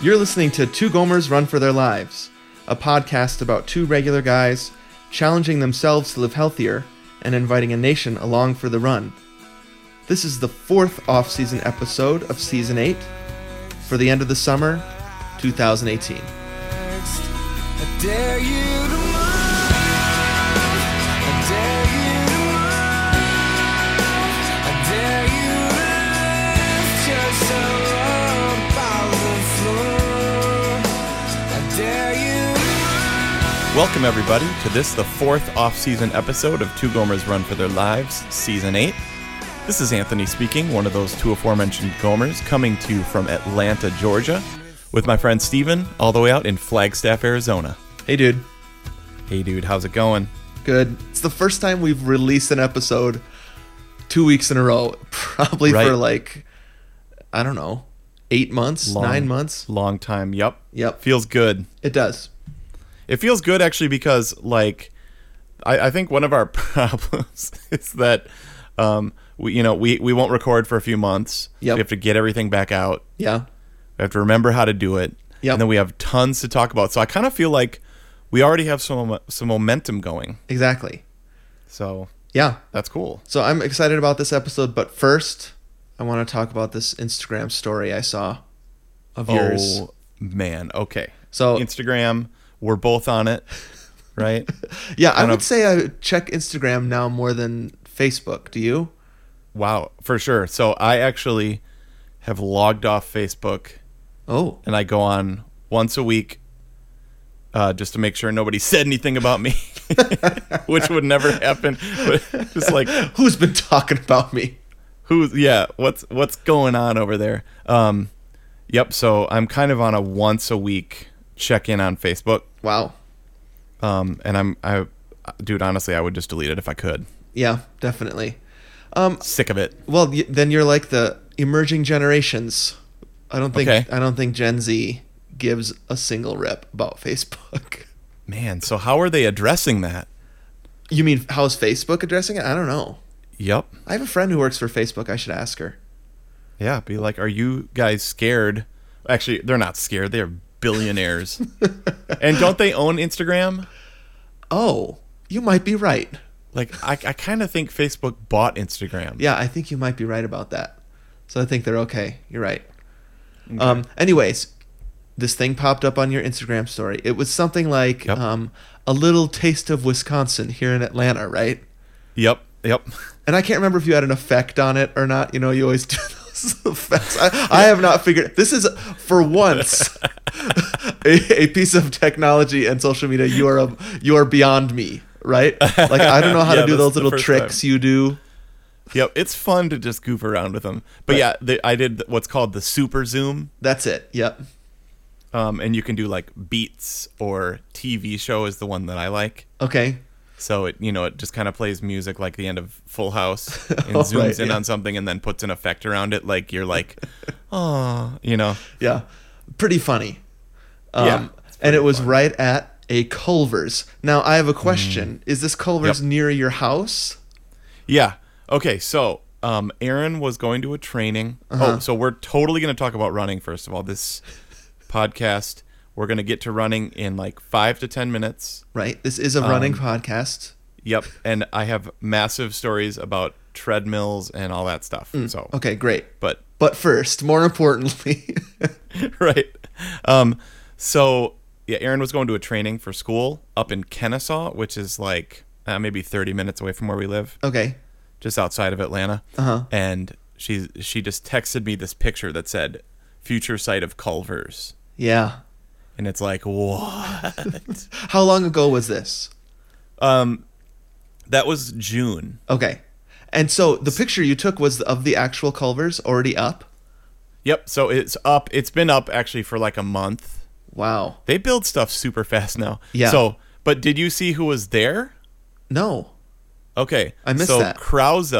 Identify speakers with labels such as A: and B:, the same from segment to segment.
A: You're listening to Two Gomers Run for Their Lives, a podcast about two regular guys challenging themselves to live healthier and inviting a nation along for the run. This is the fourth off season episode of Season 8 for the end of the summer, 2018.
B: I dare you to move. I dare you to move. I dare you to lift yourself up out the floor. I dare you to
C: Welcome, everybody, to this, the fourth off season episode of Two Gomers Run for Their Lives, Season 8. This is Anthony speaking, one of those two aforementioned Gomers, coming to you from Atlanta, Georgia, with my friend Steven, all the way out in Flagstaff, Arizona.
A: Hey, dude.
C: Hey, dude, how's it going?
A: Good. It's the first time we've released an episode two weeks in a row, probably
C: Right.
A: for like, I don't know, eight months,
C: Long-
A: nine months.
C: Long time, yep.
A: Yep.
C: Feels good.
A: It does.
C: It feels good actually because like I, I think one of our problems is that um, we you know we, we won't record for a few months.
A: Yep.
C: We have to get everything back out.
A: Yeah.
C: We have to remember how to do it.
A: Yep.
C: And then we have tons to talk about. So I kind of feel like we already have some some momentum going.
A: Exactly.
C: So
A: Yeah.
C: that's cool.
A: So I'm excited about this episode, but first, I want to talk about this Instagram story I saw of yours.
C: Oh man. Okay.
A: So
C: Instagram, we're both on it, right?
A: yeah, I
C: kind
A: would
C: of-
A: say I check Instagram now more than Facebook. Do you?
C: wow, for sure. So I actually have logged off Facebook
A: Oh,
C: and I go on once a week uh, just to make sure nobody said anything about me, which would never happen. But just like
A: who's been talking about me?
C: who's yeah, what's what's going on over there? Um, yep. So I'm kind of on a once a week check in on Facebook,
A: Wow.
C: um, and I'm I, dude, honestly, I would just delete it if I could.
A: Yeah, definitely. Um,
C: Sick of it.
A: Well, y- then you're like the emerging generations. I don't think
C: Okay.
A: I don't think Gen Z gives a single rep about Facebook.
C: Man, so how are they addressing that?
A: You mean how's Facebook addressing it? I don't know.
C: Yep.
A: I have a friend who works for Facebook. I should ask her.
C: Yeah, be like, are you guys scared? Actually, they're not scared. They're billionaires. and don't they own Instagram?
A: Oh, you might be right.
C: Like I, I kind of think Facebook bought Instagram.
A: Yeah, I think you might be right about that. So I think they're okay. You're right. Um, anyways, this thing popped up on your Instagram story. It was something like
C: Yep.
A: um, a little taste of Wisconsin here in Atlanta, right?
C: Yep. Yep.
A: And I can't remember if you had an effect on it or not. You know, you always do those effects. I, I have not figured. This is for once a, a piece of technology and social media. You are a, you are beyond me, right? Like I don't know how
C: Yeah,
A: to do
C: this
A: those
C: is the
A: little
C: first
A: tricks you do.
C: Yep. It's fun to just goof around with them. But yeah, the, I did what's called the super zoom,
A: That's it. Yep.
C: um, and you can do like beats or TV show is the one that I like.
A: Okay.
C: So it you know it just kind of plays music like the end of Full House and
A: Oh,
C: zooms
A: right,
C: in
A: yeah.
C: on something and then puts an effect around it like you're like, oh, you know.
A: Yeah. Pretty funny. Um,
C: Yeah, it's
A: and
C: pretty
A: it was
C: fun.
A: right at a Culver's. Now, I have a question. Is this Culver's
C: Mm. Yep.
A: near your house?
C: Yeah. Okay. So, um, Aaron was going to a training.
A: Uh-huh.
C: Oh, so we're totally going to talk about running first of all. This podcast, we're going to get to running in like five to ten minutes.
A: Right. This is a running
C: Um,
A: podcast.
C: Yep. And I have massive stories about treadmills and all that stuff. so,
A: Mm, Okay, great.
C: but
A: But first, more importantly,
C: right. Um, so yeah, Aaron was going to a training for school up in Kennesaw, which is like uh, maybe thirty minutes away from where we live.
A: okay.
C: just outside of Atlanta.
A: Uh-huh.
C: And she she just texted me this picture that said future site of Culver's.
A: Yeah.
C: And it's like, what?
A: How long ago was this?
C: that was June.
A: Okay. And so the picture you took was of the actual Culver's already up?
C: Yep, so it's up. It's been up actually for like a month.
A: Wow.
C: They build stuff super fast now.
A: Yeah.
C: So, but did you see who was there?
A: No.
C: Okay.
A: I missed
C: so
A: that.
C: Krause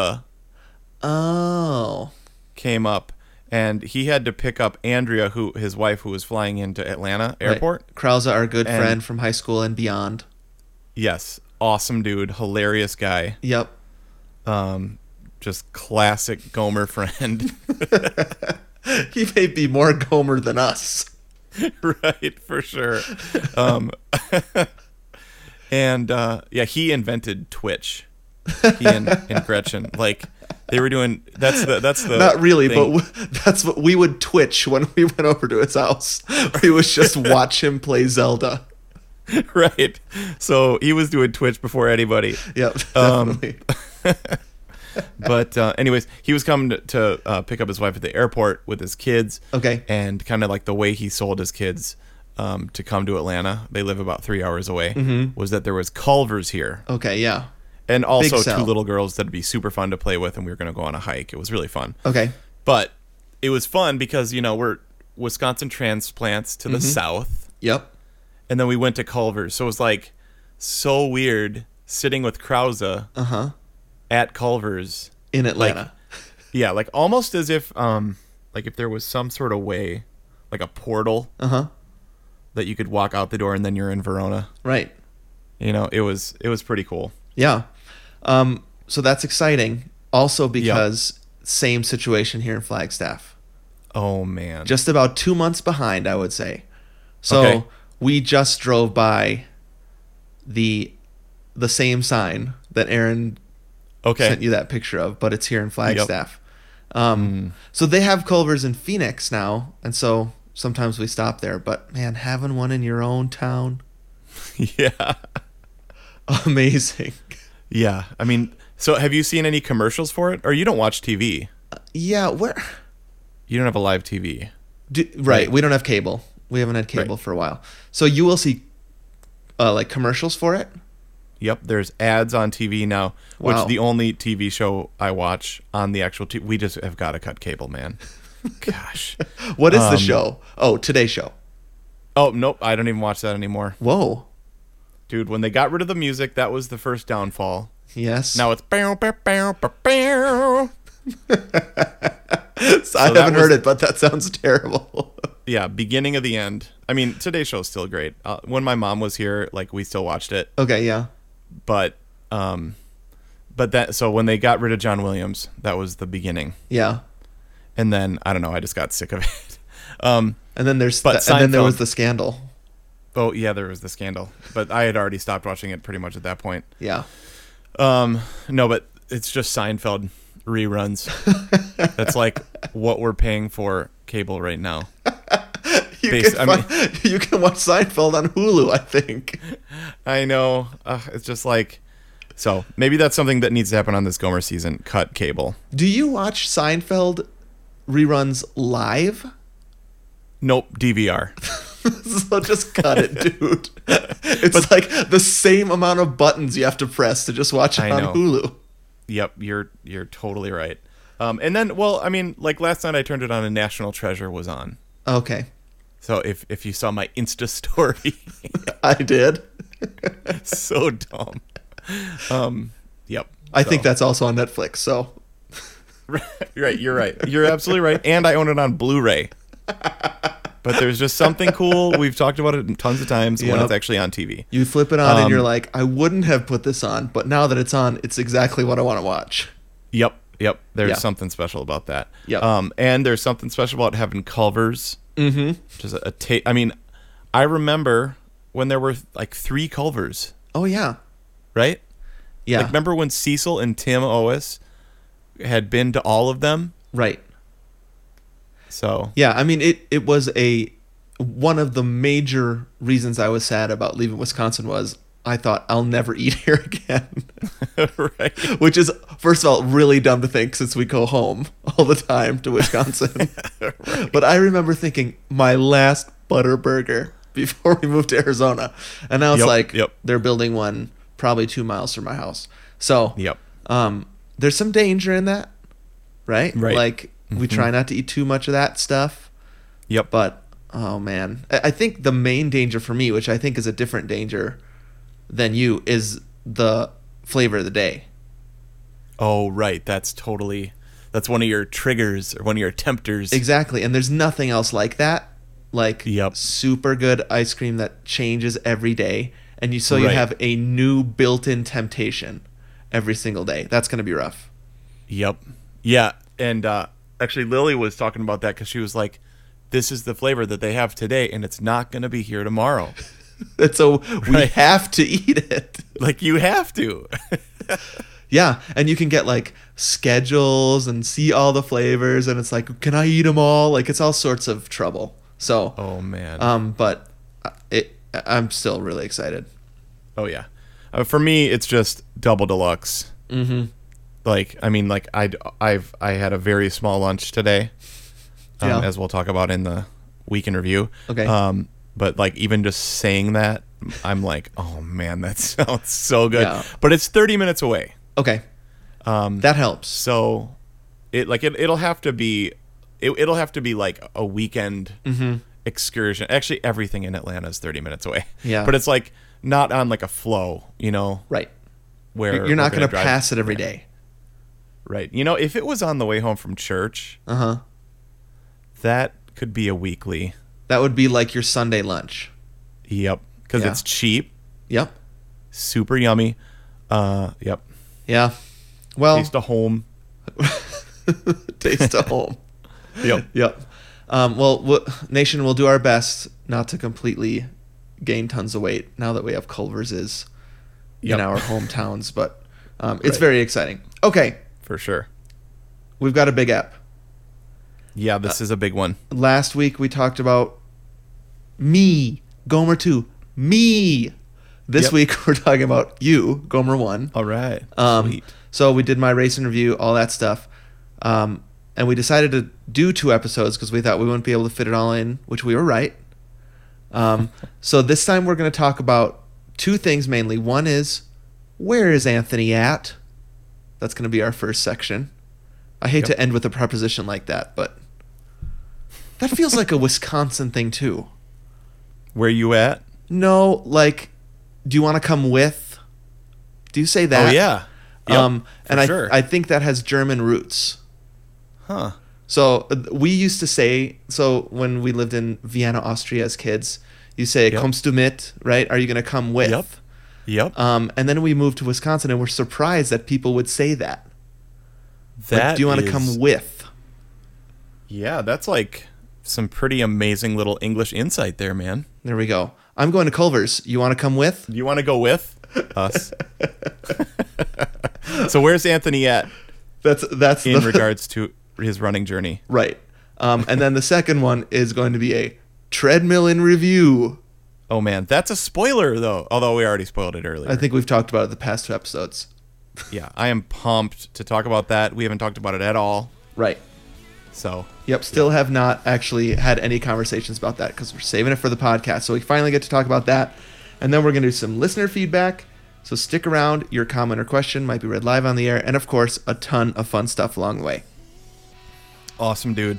A: Oh.
C: came up and he had to pick up Andrea who his wife who was flying into Atlanta airport.
A: Right. Krause, our good
C: And-
A: friend from high school and beyond.
C: Yes. Awesome dude, hilarious guy.
A: Yep.
C: um, just classic Gomer friend.
A: He may be more Gomer than us.
C: right for sure um, and uh, yeah he invented twitch he and, and gretchen like they were doing that's the that's the
A: Not really,
C: thing.
A: but w- that's what we would twitch when we went over to his house. We would just watch him play Zelda.
C: right so he was doing twitch before anybody
A: Yep,
C: Um,
A: definitely.
C: but uh, anyways he was coming to, to uh, pick up his wife at the airport with his kids
A: Okay.
C: and kind of like the way he sold his kids um, to come to atlanta they live about three hours away
A: Mm-hmm.
C: was that there was culver's here
A: Okay, yeah.
C: and also two
A: sell.
C: little girls that'd be super fun to play with and we were going to go on a hike it was really fun
A: Okay.
C: but it was fun because you know we're wisconsin transplants to the
A: Mm-hmm.
C: south
A: Yep.
C: and then we went to culver's so it was like so weird sitting with krause
A: Uh huh.
C: at culver's
A: In Atlanta.
C: yeah like almost as if um like if there was some sort of way like a portal
A: uh huh.
C: that you could walk out the door and then you're in verona
A: Right.
C: you know it was it was pretty cool
A: Yeah. Um, so that's exciting. Also because same situation here in Flagstaff.
C: oh man
A: Just about two months behind, I would say. So
C: Okay.
A: we just drove by the the same sign that Aaron
C: okay
A: sent you that picture of, but it's here in Flagstaff.
C: Hmm.
A: Um, So they have Culver's in Phoenix now, and so sometimes we stop there. But man, having one in your own town,
C: yeah
A: amazing.
C: yeah i mean so have you seen any commercials for it or you don't watch tv
A: yeah, where?
C: you don't have a live tv
A: Do, right, we don't have cable. We haven't had cable
C: Right.
A: for a while, so you will see uh, like commercials for it.
C: Yep, there's ads on TV now, which
A: Wow.
C: the only TV show I watch on the actual TV. We just have got to cut cable, man. Gosh.
A: What is the
C: Um,
A: show? Oh, Today Show.
C: Oh, nope, I don't even watch that anymore.
A: Whoa.
C: Dude, when they got rid of the music, that was the first downfall.
A: Yes.
C: Now it's bow, bow, bow, bow, bow.
A: I
C: that
A: haven't
C: was-
A: heard it, but that sounds terrible.
C: Yeah, beginning of the end. I mean, today's show is still great. Uh, when my mom was here, like we still watched it,
A: okay, yeah.
C: but um but that so when they got rid of John Williams, that was the beginning.
A: Yeah.
C: And then I don't know, I just got sick of it. Um
A: And then there's
C: But
A: the- and then there
C: Seinfeld-
A: was the scandal.
C: Oh yeah, there was the scandal, but I had already stopped watching it pretty much at that point.
A: Yeah.
C: Um, no, but it's just Seinfeld reruns. That's like what we're paying for cable right now.
A: You,
C: Bas-
A: can
C: I mean-
A: find- you can watch Seinfeld on Hulu, I think.
C: I know. Uh, it's just like so. Maybe that's something that needs to happen on this Gomer season. Cut cable.
A: Do you watch Seinfeld reruns live?
C: Nope, DVR.
A: so just cut it, dude. It's like the same amount of buttons you have to press to just watch it
C: I
A: on
C: know.
A: Hulu.
C: yep, you're you're totally right. Um, and then, well, I mean, like last night I turned it on and National Treasure was on.
A: Okay.
C: So if if you saw my Insta story.
A: I did.
C: so dumb. Um, yep.
A: I
C: So-
A: think that's also on Netflix, so
C: right. You're right. You're absolutely right. And I own it on Blu-ray. But there's just something cool. We've talked about it tons of times when
A: Yep.
C: it's actually on TV.
A: you flip it on
C: Um,
A: and you're like, I wouldn't have put this on, but now that it's on, it's exactly what I want to watch.
C: Yep. Yep. There's
A: Yeah.
C: something special about that.
A: Yep.
C: Um, and there's something special about having Culvers,
A: Mm-hmm.
C: which is a, a ta- I mean, I remember when there were like three Culvers,
A: Oh yeah.
C: right?
A: Yeah.
C: Like, remember when Cecil and Tim Owis had been to all of them?
A: right.
C: So
A: Yeah, I mean it it was a one of the major reasons I was sad about leaving Wisconsin was I thought I'll never eat here again.
C: right.
A: Which is first of all really dumb to think since we go home all the time to Wisconsin. But I remember thinking my last butter burger before we moved to Arizona. And I was
C: Yep,
A: like
C: yep.
A: they're building one probably 2 miles from my house. So
C: Yep.
A: um, there's some danger in that, right?
C: Right. Mm-hmm.
A: Like we try not to eat too much of that stuff,
C: Yep.
A: but oh man, I I think the main danger for me, which I think is a different danger than you, is the flavor of the day.
C: Oh, right. That's totally. That's one of your triggers or one of your tempters.
A: Exactly, and there's nothing else like that. Like
C: Yep.
A: super good ice cream that changes every day, and you so you
C: Right.
A: have a new built-in temptation every single day. That's gonna be rough.
C: Yep. Yeah. And uh, actually, Lily was talking about that because she was like, this is the flavor that they have today and it's not going to be here tomorrow.
A: And so we
C: Right.
A: have to eat it.
C: like you have to.
A: Yeah, and you can get like schedules and see all the flavors, and it's like, can I eat them all? Like it's all sorts of trouble. So,
C: oh man.
A: um, but I- it, I'm still really excited.
C: oh yeah. Uh, for me it's just double deluxe.
A: Mm-hmm.
C: Like I mean like I I've I had a very small lunch today. Um,
A: Yeah.
C: as we'll talk about in the week in review.
A: Okay.
C: Um but like even just saying that I'm like, "Oh man, that sounds so good."
A: Yeah.
C: But it's 30 minutes away.
A: Okay, um, that helps.
C: So it like it, it'll have to be it, it'll have to be like a weekend
A: Mm-hmm.
C: excursion. Actually, everything in Atlanta is 30 minutes away.
A: Yeah.
C: But it's like not on like a flow, you know,
A: Right,
C: where
A: you're, you're not
C: we're
A: gonna,
C: drive-
A: pass it every day.
C: Right. You know, if it was on the way home from church,
A: Uh huh.
C: that could be a weekly.
A: That would be like your Sunday lunch.
C: Yep. Cuz
A: Yeah.
C: it's cheap,
A: Yep.
C: super yummy. Uh, yep.
A: Yeah. Well,
C: Taste of home.
A: taste of home.
C: Yep.
A: Yep. Um, well, w- nation, we'll do our best not to completely gain tons of weight now that we have Culver's is
C: Yep.
A: in our hometowns, but um, it's
C: Right.
A: very exciting. Okay,
C: For sure.
A: we've got a big app.
C: Yeah,
A: Uh,
C: this is a big one.
A: Last week we talked about me, Gomer two, me. This
C: Yep.
A: week we're talking about you, Gomer one.
C: All right.
A: Um,
C: Sweet.
A: So we did my race and review, all that stuff. Um, and we decided to do two episodes because we thought we wouldn't be able to fit it all in, which we were right. Um, so this time we're going to talk about two things mainly. One is where is Anthony at? That's going to be our first section. I hate
C: Yep.
A: to end with a preposition like that, but that feels like a Wisconsin thing too.
C: Where you at? Oh,
A: No, like, do you want to come with? Do you say that?
C: oh yeah. Yep,
A: um,
C: for
A: and I
C: sure.
A: I think that has German roots.
C: Huh.
A: So uh, we used to say so when we lived in Vienna, Austria as kids, you say
C: Yep.
A: "Kommst du mit?" Right? Are you going to come with?
C: Yep. Yep.
A: Um, and then we moved to Wisconsin, and we're surprised that people would say that. Like,
C: That
A: do you want to
C: is-
A: come with?
C: Yeah, that's like some pretty amazing little English insight there, man.
A: There we go. I'm going to Culver's. You want to come with?
C: You want to go with us? so where's Anthony at
A: That's that's
C: in
A: the,
C: regards to his running journey?
A: right. Um, and then the second one is going to be a treadmill in review.
C: Oh man, that's a spoiler though. Although we already spoiled it earlier.
A: I think we've talked about it the past two episodes.
C: yeah, I am pumped to talk about that. We haven't talked about it at all.
A: Right.
C: So,
A: Yep, still have not actually had any conversations about that because we're saving it for the podcast. So we finally get to talk about that. And then we're going to do some listener feedback. So stick around. Your comment or question might be read live on the air. And of course, a ton of fun stuff along the way.
C: awesome dude.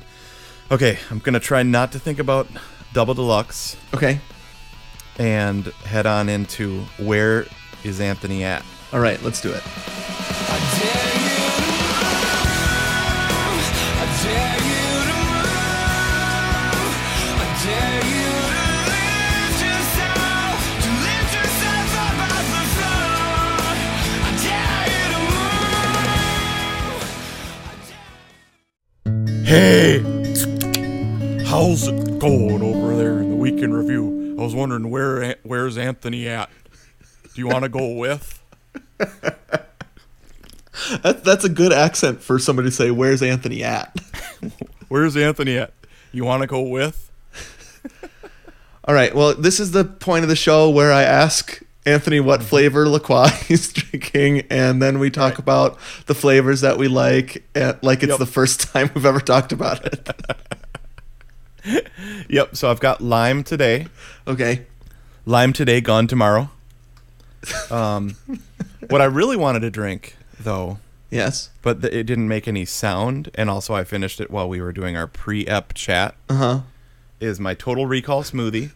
C: Okay, I'm going to try not to think about double deluxe
A: Okay.
C: and head on into where is Anthony at?
A: All right, let's do it.
B: I dare you to run. I dare you to run. I dare you to lift yourself, to lift yourself up off the floor. I dare you to move.
C: Hey, how's it going over there in the weekend review? I was wondering where An- where's Anthony at? Do you want to go with?
A: That, that's a good accent for somebody to say, Where's Anthony at?
C: Where's Anthony at? You want to go with?
A: All right, well, this is the point of the show where I ask. Anthony, what flavor LaCroix he's drinking, and then we talk about the flavors that we like, uh, like it's
C: Yep.
A: the first time we've ever talked about it.
C: Yep. So I've got lime today.
A: Okay.
C: Lime today, gone tomorrow. Um, what I really wanted to drink though,
A: Yes.
C: but th- it didn't make any sound, and also I finished it while we were doing our pre-ep chat.
A: Uh huh.
C: Is my Total Recall smoothie.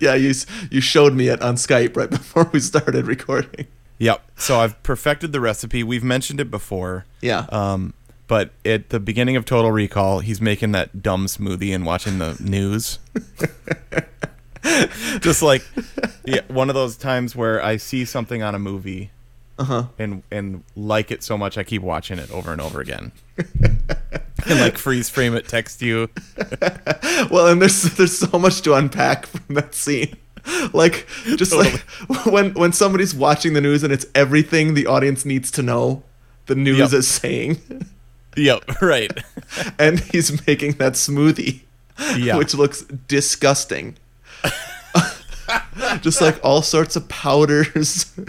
A: Yeah, you s- you showed me it on Skype right before we started recording.
C: Yep. So I've perfected the recipe. We've mentioned it before.
A: Yeah.
C: Um, but at the beginning of Total Recall, he's making that dumb smoothie and watching the news. Just like yeah, one of those times where I see something on a movie and and like it so much I keep watching it over and over again. can like freeze frame it, text you.
A: Uh, well, and there's there's so much to unpack from that scene. Like just like when when somebody's watching the news and it's everything the audience needs to know, the news
C: Yep.
A: is saying,
C: Yep, right.
A: and he's making that smoothie,
C: Yeah.
A: which looks disgusting. just like all sorts of powders.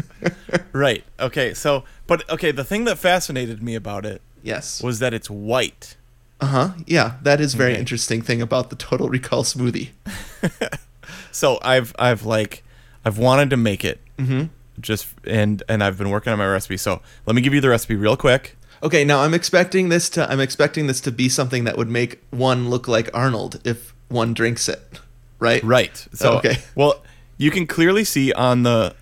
C: Right. Okay. So, but okay, the thing that fascinated me about it
A: yes.
C: was that it's white.
A: Uh huh. Yeah, that is very
C: Okay.
A: interesting thing about the Total Recall smoothie.
C: So I've I've like I've wanted to make it. Mm-hmm. Just and and I've been working on my recipe. So let me give you the recipe real quick.
A: Okay, now I'm expecting this to I'm expecting this to be something that would make one look like Arnold if one drinks it, right?
C: Right. So
A: Okay.
C: Well, you can clearly see on the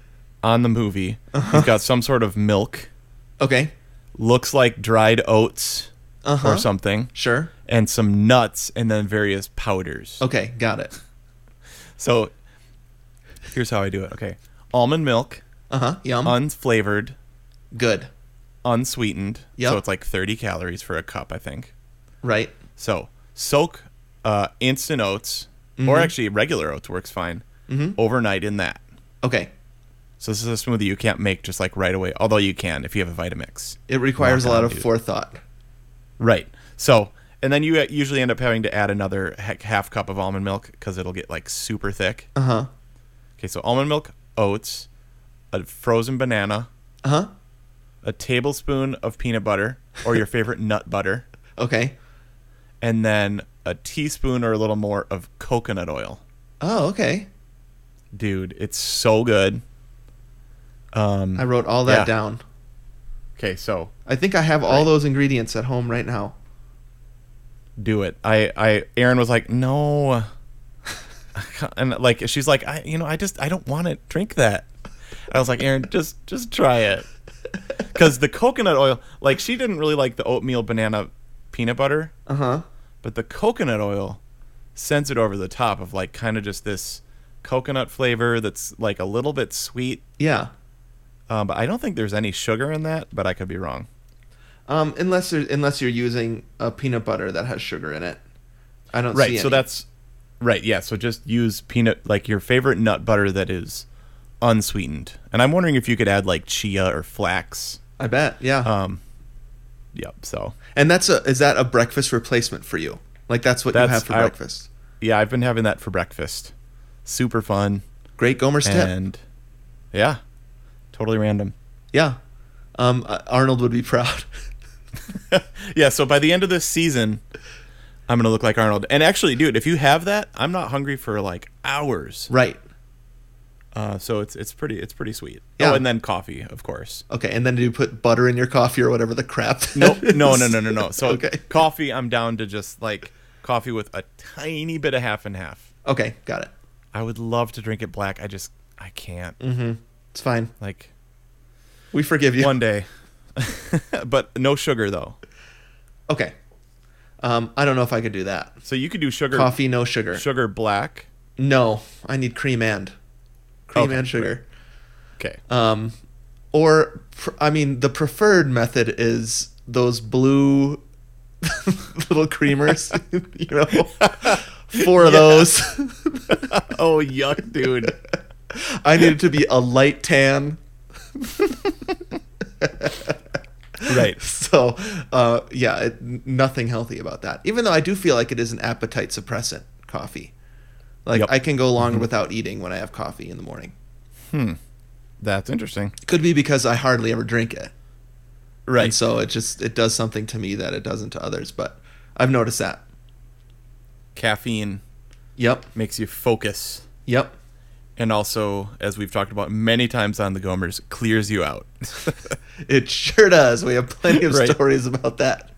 C: on the movie, you've got some sort of milk.
A: Okay.
C: Looks like dried oats
A: Uh huh.
C: or something,
A: Sure.
C: and some nuts, and then various powders.
A: Okay, got it.
C: So here's how I do it. Okay, almond milk,
A: Uh huh. Yum.
C: Mm-hmm. unflavored.
A: Good.
C: unsweetened.
A: Yep.
C: So it's like 30 calories for a cup, I think.
A: Right.
C: So soak uh, instant oats, or actually regular oats works fine, overnight in that.
A: Okay.
C: So this is a smoothie you can't make just like right away, although you can if you have a Vitamix.
A: It requires a
C: Knock
A: lot
C: on,
A: of
C: dude.
A: forethought.
C: Right. So, and then you uh, usually end up having to add another he- half cup of almond milk because it'll get like super thick.
A: Uh huh.
C: Okay, so almond milk, oats, a frozen banana,
A: Uh huh.
C: a tablespoon of peanut butter or your favorite nut butter.
A: Okay.
C: and then a teaspoon or a little more of coconut oil.
A: Oh, okay.
C: Dude, it's so good. Um,
A: I wrote all that
C: Yeah.
A: down.
C: okay, so
A: I think I have all those ingredients at home right now.
C: do it. I, I, Aaron was like, no, and like she's like, I, you know, I just, I don't want to drink that. I was like, Aaron, just, just try it, because the coconut oil, like, she didn't really like the oatmeal banana peanut butter,
A: Uh huh.
C: but the coconut oil sends it over the top of like kind of just this coconut flavor that's like a little bit sweet
A: Yeah.
C: Um, but I don't think there's any sugar in that, but I could be wrong.
A: Um, unless there, unless you're using a peanut butter that has sugar in it, I don't see.
C: Right. So
A: any.
C: that's right. Yeah. So just use peanut, like your favorite nut butter that is unsweetened. And I'm wondering if you could add like chia or flax.
A: I bet. Yeah.
C: Um, yep. So
A: And that's a is that a breakfast replacement for you? Like that's what you
C: That's-
A: have for
C: I-
A: breakfast.
C: yeah, I've been having that for breakfast. Super fun.
A: Great Gomer's tip.
C: And yeah, totally random.
A: Yeah. Um, uh, Arnold would be proud.
C: yeah. So by the end of this season, I'm going to look like Arnold. And actually, dude, if you have that, I'm not hungry for like hours.
A: right.
C: Uh, so it's it's pretty it's pretty sweet.
A: Yeah.
C: Oh, and then coffee, of course.
A: Okay. And then do you put butter in your coffee or whatever the crap? that
C: Nope. No,
A: is?
C: no, no, no, no. So
A: okay.
C: coffee, I'm down to just like coffee with a tiny bit of half and half.
A: Okay. Got it.
C: I would love to drink it black. I just I can't.
A: Mm-hmm. It's fine.
C: Like
A: We forgive you.
C: one day. but no sugar though.
A: Okay. Um, I don't know if I could do that.
C: So you could do sugar
A: Coffee, no sugar.
C: sugar black.
A: No, I need cream and cream
C: Okay,
A: and sugar.
C: Okay.
A: Um, or pr- I mean, the preferred method is those blue little creamers. you know, Uh, four of
C: Yeah.
A: those.
C: oh yuck, dude.
A: I need it to be a light tan.
C: right.
A: So, uh, yeah, it, n- nothing healthy about that. Even though I do feel like it is an appetite suppressant coffee. Like
C: Yep. Mm-hmm.
A: I can go longer without eating when I have coffee in the morning.
C: That's interesting.
A: Could be because I hardly ever drink it.
C: Right.
A: And so it just it does something to me that it doesn't to others, but I've noticed that.
C: Caffeine
A: Yep.
C: makes you focus.
A: Yep.
C: And also, as we've talked about many times on the Gomers, clears you out.
A: It sure does. We have plenty of
C: Right.
A: stories about that.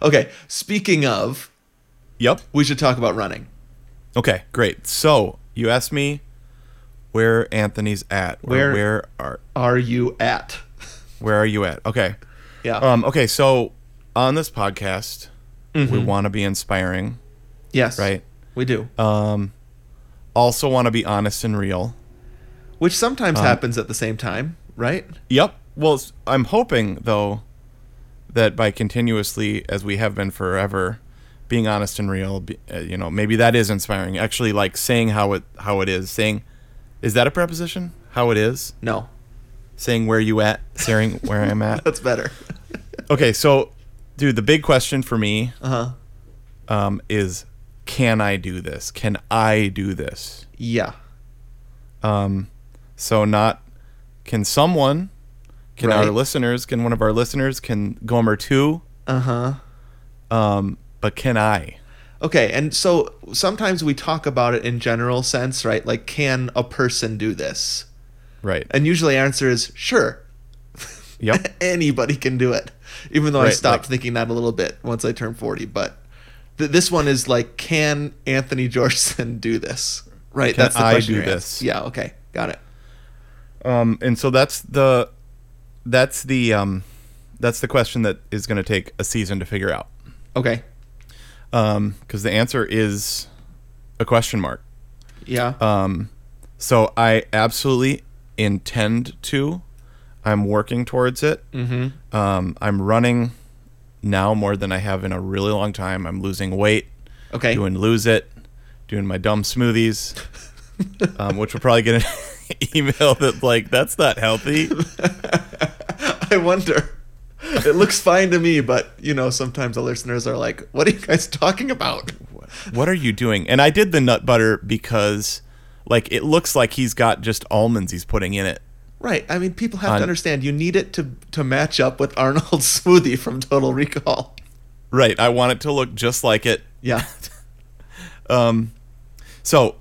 A: Okay, speaking of,
C: yep.
A: we should talk about running.
C: Okay, great. So you asked me where Anthony's at. or
A: Where-
C: where are
A: Are you at?
C: where are you at? Okay.
A: Yeah.
C: Um, okay, so on this podcast, we
A: Mm-hmm.
C: want to be inspiring,
A: yes.
C: right?
A: We do.
C: Um, also want to be honest and real.
A: Which
C: um,
A: sometimes happens at the same time, right?
C: Yep. Well, s- I'm hoping though that by continuously, as we have been forever, being honest and real, be, uh, you know, maybe that is inspiring. Actually, like saying how it how it is, saying, is that a preposition? How it is,
A: No,
C: saying where you at, saying where I'm at.
A: that's better.
C: Okay, so, dude, the big question for me
A: Uh huh.
C: um, is, can I do this? Can I do this?
A: Yeah.
C: Um, so not can someone, can our
A: Right.
C: listeners, can one of our listeners, can Gomer too?
A: Uh huh.
C: Um, but can I?
A: Okay, and so sometimes we talk about it in general sense, right? Like, can a person do this?
C: Right.
A: And usually, our answer is sure.
C: Yep.
A: Anybody can do it. Even though I
C: Right,
A: stopped
C: like-
A: thinking that a little bit once I turned forty, but th- this one is like, can Anthony Georgeson do this? Right.
C: Can I do
A: you're ans-
C: this?
A: Yeah. Okay. Got it.
C: Um, and so that's the that's the um, that's the question that is going to take a season to figure out
A: Okay.
C: because the answer is a question mark.
A: Yeah.
C: Um, so I absolutely intend to. I'm working towards it.
A: mm-hmm.
C: Um, I'm running now more than I have in a really long time. I'm losing weight,
A: Okay.
C: doing lose it, doing my dumb smoothies, um, which will probably get an email that like that's not healthy.
A: I wonder. It looks fine to me, but you know, sometimes the listeners are like, "What are you guys talking about?"
C: What are you doing? And I did the nut butter because like it looks like he's got just almonds he's putting in it.
A: Right. I mean, people have
C: On-
A: to understand you need it to to match up with Arnold's smoothie from Total Recall.
C: Right. I want it to look just like it.
A: Yeah,
C: Um, so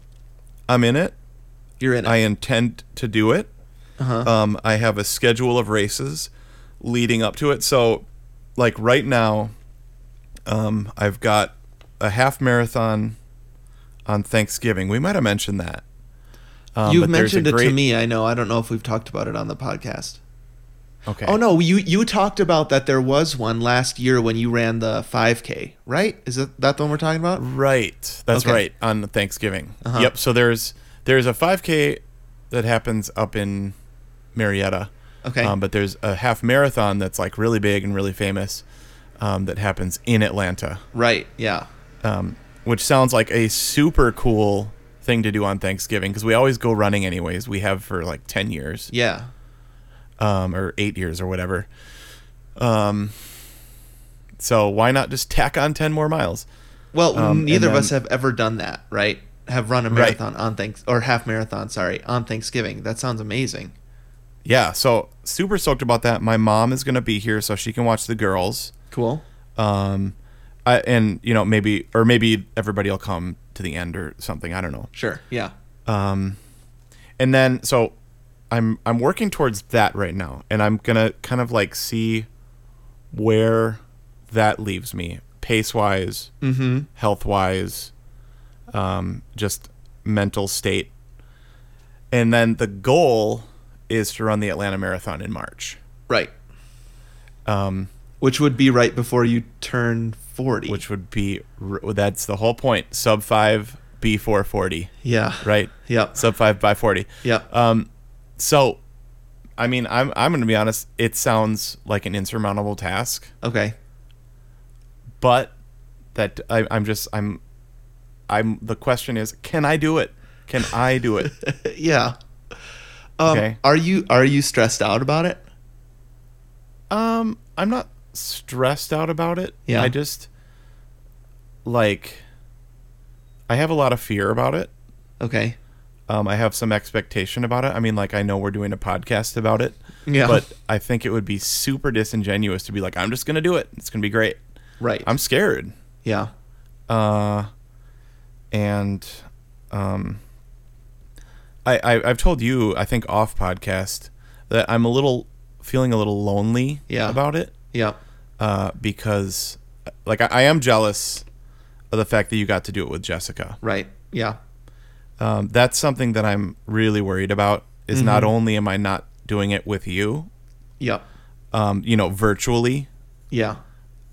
C: I'm in it.
A: you're in it.
C: I intend to do it.
A: Uh-huh.
C: Um, I have a schedule of races leading up to it. So, like right now, um, I've got a half marathon on Thanksgiving. We might have mentioned that. Um,
A: You've
C: but there's a
A: mentioned it to
C: great-
A: me. I know. I don't know if we've talked about it on the podcast.
C: Okay.
A: Oh no, you you talked about that there was one last year when you ran the 5K, right? Is that that the one we're talking about?
C: Right. That's
A: Okay.
C: right. On Thanksgiving.
A: Uh-huh.
C: Yep. So there's there's a 5K that happens up in Marietta.
A: Okay.
C: Um, but there's a half marathon that's like really big and really famous um, that happens in Atlanta.
A: Right. Yeah.
C: um, which sounds like a super cool thing to do on Thanksgiving because we always go running anyways. We have for like ten years,
A: Yeah.
C: um, or eight years, or whatever. Um, so why not just tack on ten more miles?
A: Well,
C: Um, and
A: neither of us
C: then-
A: have ever done that, right? Have run a
C: Right.
A: marathon on thanks or half marathon, sorry, on Thanksgiving. That sounds amazing.
C: Yeah, so super stoked about that. My mom is gonna be here so she can watch the girls.
A: Cool.
C: Um, I, and you know maybe or maybe everybody will come to the end or something. I don't know.
A: Sure. Yeah.
C: Um, and then so I'm I'm working towards that right now, and I'm gonna kind of like see where that leaves me pace wise,
A: Mm-hmm.
C: health wise, um, just mental state. And then the goal is to run the Atlanta Marathon in March,
A: Right.
C: um,
A: Which would be right before you turn 40.
C: which would be r- that's the whole point. Sub five B four forty,
A: yeah.
C: right?
A: Yep.
C: Sub five by forty.
A: Yep.
C: Um, so, I mean, I'm I'm gonna be honest. It sounds like an insurmountable task,
A: okay.
C: but that I, I'm just I'm I'm the question is, can I do it? Can I do it?
A: yeah. Um,
C: Okay.
A: Are you are you stressed out about it?
C: um, I'm not stressed out about it.
A: Yeah.
C: I just like I have a lot of fear about it.
A: Okay.
C: Um, I have some expectation about it. I mean, like I know we're doing a podcast about it,
A: Yeah.
C: but I think it would be super disingenuous to be like, I'm just gonna do it. It's gonna be great.
A: right.
C: I'm scared.
A: yeah.
C: uh, and um, I, I I've told you I think off podcast that I'm a little feeling a little lonely
A: Yeah.
C: about it
A: Yeah.
C: uh, because like I, I am jealous of the fact that you got to do it with Jessica.
A: Right. Yeah.
C: Um, that's something that I'm really worried about. Is not only am I not doing it with you,
A: Yep.
C: um, you know, virtually,
A: Yeah.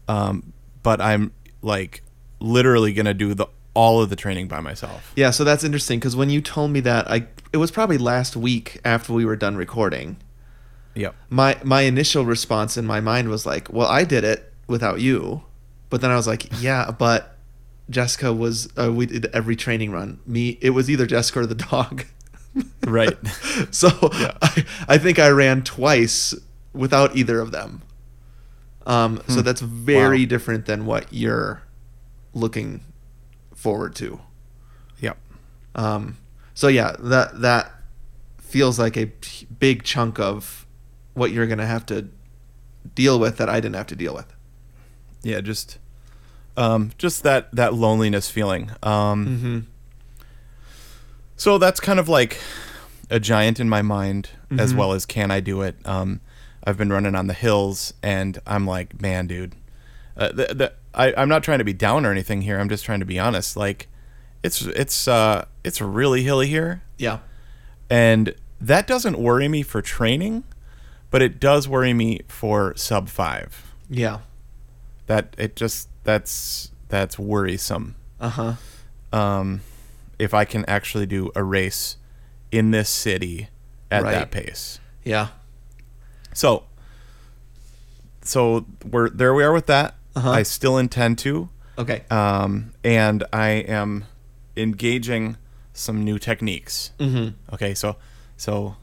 C: um, but I'm like literally gonna do the all of the training by myself.
A: Yeah, so that's interesting because when you told me that, I it was probably last week after we were done recording,
C: Yep.
A: my my initial response in my mind was like, "Well, I did it without you," but then I was like, "Yeah, but Jessica was uh, we did every training run. Me, it was either Jessica or the dog."
C: Right.
A: so
C: Yeah.
A: I, I think I ran twice without either of them. Um, So that's very
C: Hmm. Wow.
A: different than what you're looking forward to.
C: Yep.
A: Um, so yeah, that that feels like a p- big chunk of what you're gonna have to deal with that I didn't have to deal with.
C: Yeah, just um just that that loneliness feeling. Um
A: Mm-hmm.
C: So that's kind of like a giant in my mind, as well as can I do it? Um, I've been running on the hills, and I'm like, man, dude, uh, the, the, I, I'm not trying to be down or anything here. I'm just trying to be honest. Like, it's it's uh, it's really hilly here,
A: Yeah.
C: and that doesn't worry me for training, but it does worry me for sub five.
A: Yeah.
C: That it just that's that's worrisome
A: Uh huh.
C: um, if I can actually do a race in this city at
A: Right.
C: that pace.
A: Yeah.
C: So, so we're there. We are with that.
A: Uh-huh.
C: I still intend to,
A: Okay.
C: um, and I am engaging some new techniques.
A: Mm-hmm.
C: Okay, so so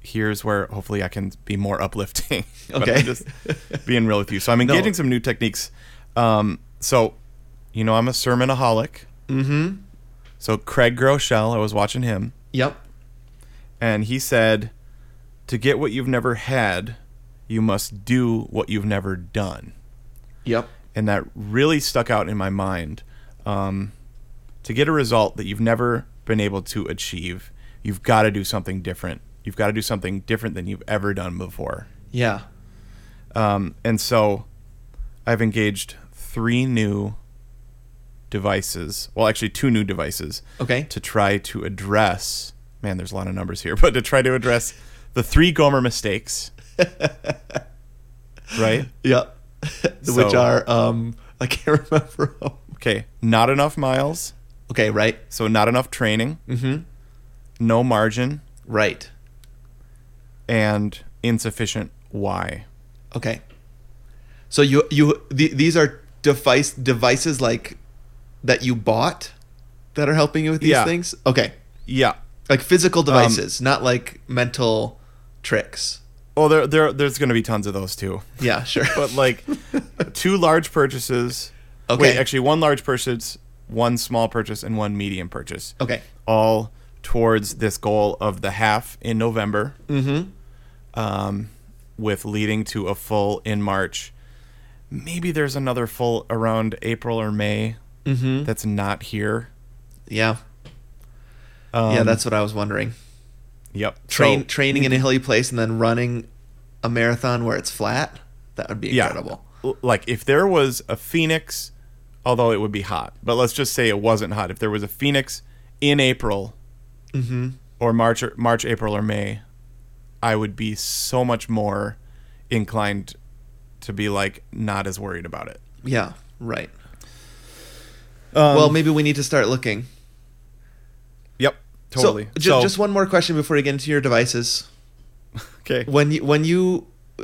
C: here's where hopefully I can be more uplifting. But
A: Okay.
C: I'm just being real with you. So I'm engaging some new techniques. Um, so, you know, I'm a sermonaholic.
A: Mm-hmm.
C: So Craig Groeschel, I was watching him,
A: Yep.
C: and he said, "To get what you've never had, you must do what you've never done,"
A: Yep.
C: and that really stuck out in my mind. Um, to get a result that you've never been able to achieve, you've got to do something different. You've got to do something different than you've ever done before.
A: Yeah.
C: Um, and so I've engaged three new devices. Well, actually, two new devices.
A: Okay.
C: To try to address, man, there's a lot of numbers here, but to try to address the three Gomer mistakes. right?
A: Yep. Which
C: So-
A: are um I can't remember. 'em.
C: Okay. Not enough miles.
A: okay. Right.
C: So, not enough training,
A: Mm-hmm.
C: no margin,
A: Right.
C: and insufficient why.
A: Okay. So you you th- these are device devices like that you bought that are helping you with these
C: Yeah.
A: things. Okay.
C: Yeah.
A: Like physical devices, not like mental tricks.
C: Well, there, there, there's going to be tons of those too.
A: Yeah, sure.
C: but like two large purchases.
A: Okay.
C: Wait, actually, one large purchase, one small purchase, and one medium purchase.
A: okay.
C: All towards this goal of the half in November,
A: Mm-hmm.
C: um, with leading to a full in March. Maybe there's another full around April or May
A: Mm-hmm.
C: that's not here.
A: Yeah.
C: Um,
A: yeah, that's what I was wondering.
C: yep. So-
A: Train training in a hilly place and then running a marathon where it's flat. That would be incredible.
C: L- Like if there was a phoenix, although it would be hot, but let's just say it wasn't hot. If there was a phoenix in April,
A: Mm-hmm.
C: or March, or, March, April, or May, I would be so much more inclined to be like not as worried about it.
A: Yeah. Right.
C: Um,
A: well, maybe we need to start looking.
C: yep, totally.
A: So, ju- just one more question before we get into your devices.
C: okay.
A: when you when you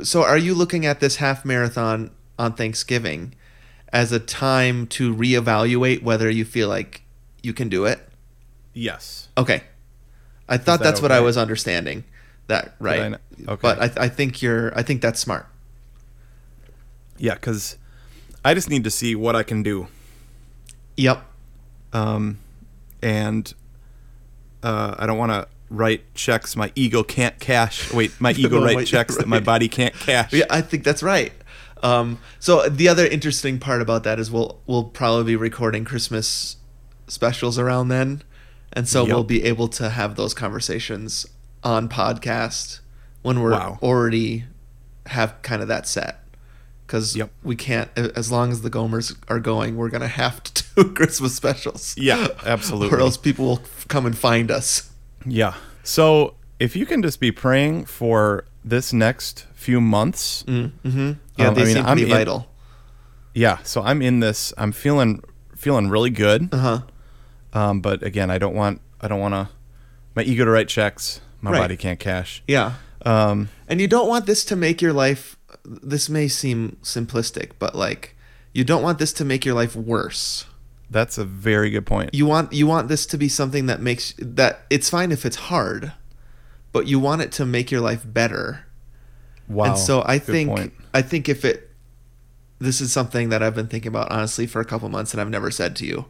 A: so are you looking at this half marathon on Thanksgiving as a time to reevaluate whether you feel like you can do it?
C: yes.
A: Okay, I thought
C: that
A: that's what I
C: okay?
A: was understanding. That
C: I
A: right?
C: not- okay.
A: But I, th- I think you're. I think that's smart.
C: Yeah, because I just need to see what I can do.
A: Yep.
C: um, and uh, I don't want to write checks my ego can't cash. Wait, my ego
A: No,
C: write
A: wait,
C: checks that my
A: right.
C: body can't cash.
A: Yeah, I think that's right. Um, so the other interesting part about that is we'll we'll probably be recording Christmas specials around then, and so
C: Yep.
A: we'll be able to have those conversations on podcast when we're
C: Wow.
A: already have kind of that set because
C: Yep.
A: we can't a- as long as the Gomers are going, we're gonna have to do Christmas specials.
C: Yeah,
A: or
C: absolutely.
A: else people will f- come and find us.
C: Yeah. So if you can just be praying for this next few months,
A: Mm-hmm. Yeah,
C: Um,
A: they
C: I mean,
A: seem
C: I'm
A: pretty
C: in-
A: vital.
C: yeah. So I'm in this. I'm feeling feeling really good.
A: Uh huh.
C: Um, but again, I don't want I don't want to my ego to write checks. My
A: Right.
C: body can't cash.
A: Yeah.
C: Um,
A: And you don't want this to make your life. This may seem simplistic, but like you don't want this to make your life worse.
C: that's a very good point.
A: You want you want this to be something that makes that it's fine if it's hard, but you want it to make your life better.
C: Wow.
A: And so I
C: Good
A: think
C: point.
A: I think if it this is something that I've been thinking about honestly for a couple months and I've never said to you.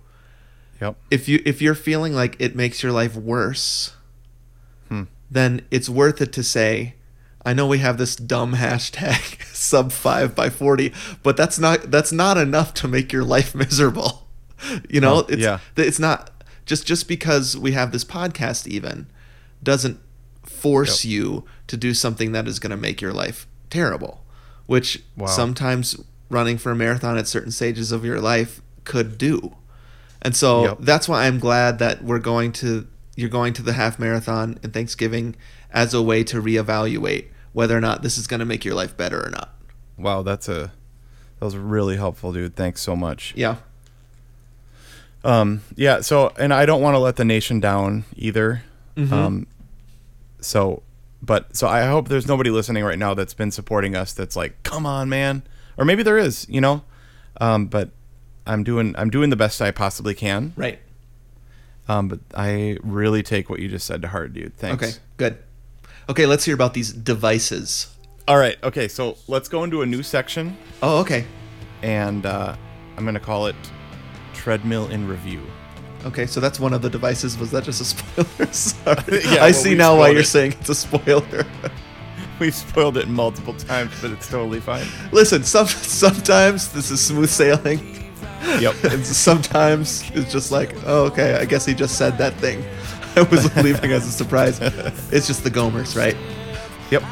C: Yep.
A: If you if you're feeling like it makes your life worse,
C: Hmm.
A: then it's worth it to say, I know we have this dumb hashtag sub five by forty, but that's not that's not enough to make your life miserable. You know,
C: Oh,
A: it's
C: yeah.
A: th- it's not just just because we have this podcast even doesn't force you to do something that is going to make your life terrible, which
C: Wow.
A: sometimes running for a marathon at certain stages of your life could do. And so
C: Yep.
A: that's why I'm glad that we're going to you're going to the half marathon and Thanksgiving as a way to reevaluate whether or not this is going to make your life better or not.
C: Wow, that's a that was really helpful, dude. Thanks so much.
A: Yeah.
C: Um, yeah. So, and I don't want to let the nation down either.
A: Mm-hmm.
C: Um, so, but so I hope there's nobody listening right now that's been supporting us. That's like, come on, man. Or maybe there is, you know. Um, but I'm doing I'm doing the best I possibly can.
A: Right.
C: Um, but I really take what you just said to heart, dude. Thanks.
A: Okay. Good. Okay, let's hear about these devices.
C: All right. Okay. So let's go into a new section,
A: Oh, okay.
C: and uh, I'm gonna call it treadmill in review.
A: Okay, so that's one of the devices. Was that just a spoiler? Sorry.
C: Yeah,
A: I
C: well,
A: see
C: we
A: now why
C: spoiled
A: you're
C: it.
A: saying it's a spoiler.
C: We've spoiled it multiple times, but it's totally fine.
A: Listen, some, sometimes this is smooth sailing,
C: Yep.
A: and sometimes it's just like, oh, okay, I guess he just said that thing. I was leaving as a surprise. It's just the Gomers, right?
C: Yep.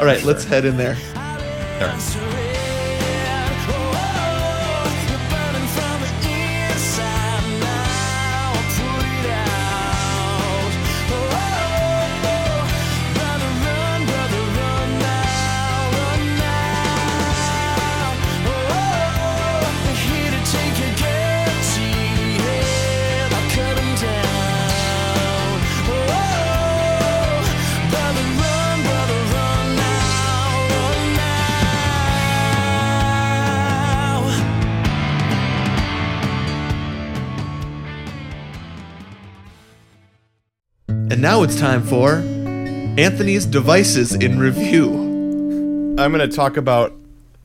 A: All right, let's head in there.
C: All right.
B: Brother, run, brother, run now, run now.
A: And now it's time for Anthony's devices in review.
C: I'm going to talk about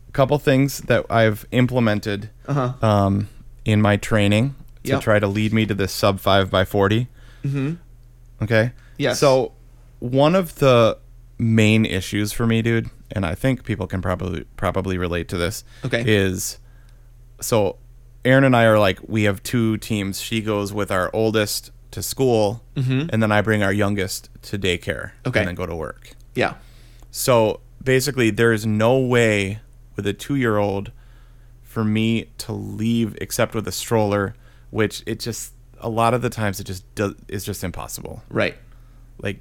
C: a couple things that I've implemented
A: Uh-huh.
C: um, in my training to
A: Yep.
C: try to lead me to this sub 5 by 40. Mm-hmm. Okay.
A: Yes.
C: So, one of the main issues for me, dude, and I think people can probably probably relate to this,
A: Okay.
C: is so Aaron and I are like we have two teams. She goes with our oldest to school, and then I bring our youngest to daycare,
A: Mm-hmm. Okay.
C: and then go to work.
A: Yeah.
C: So basically, there is no way with a two year old for me to leave except with a stroller, which it just a lot of the times it just does is just impossible.
A: Right.
C: Like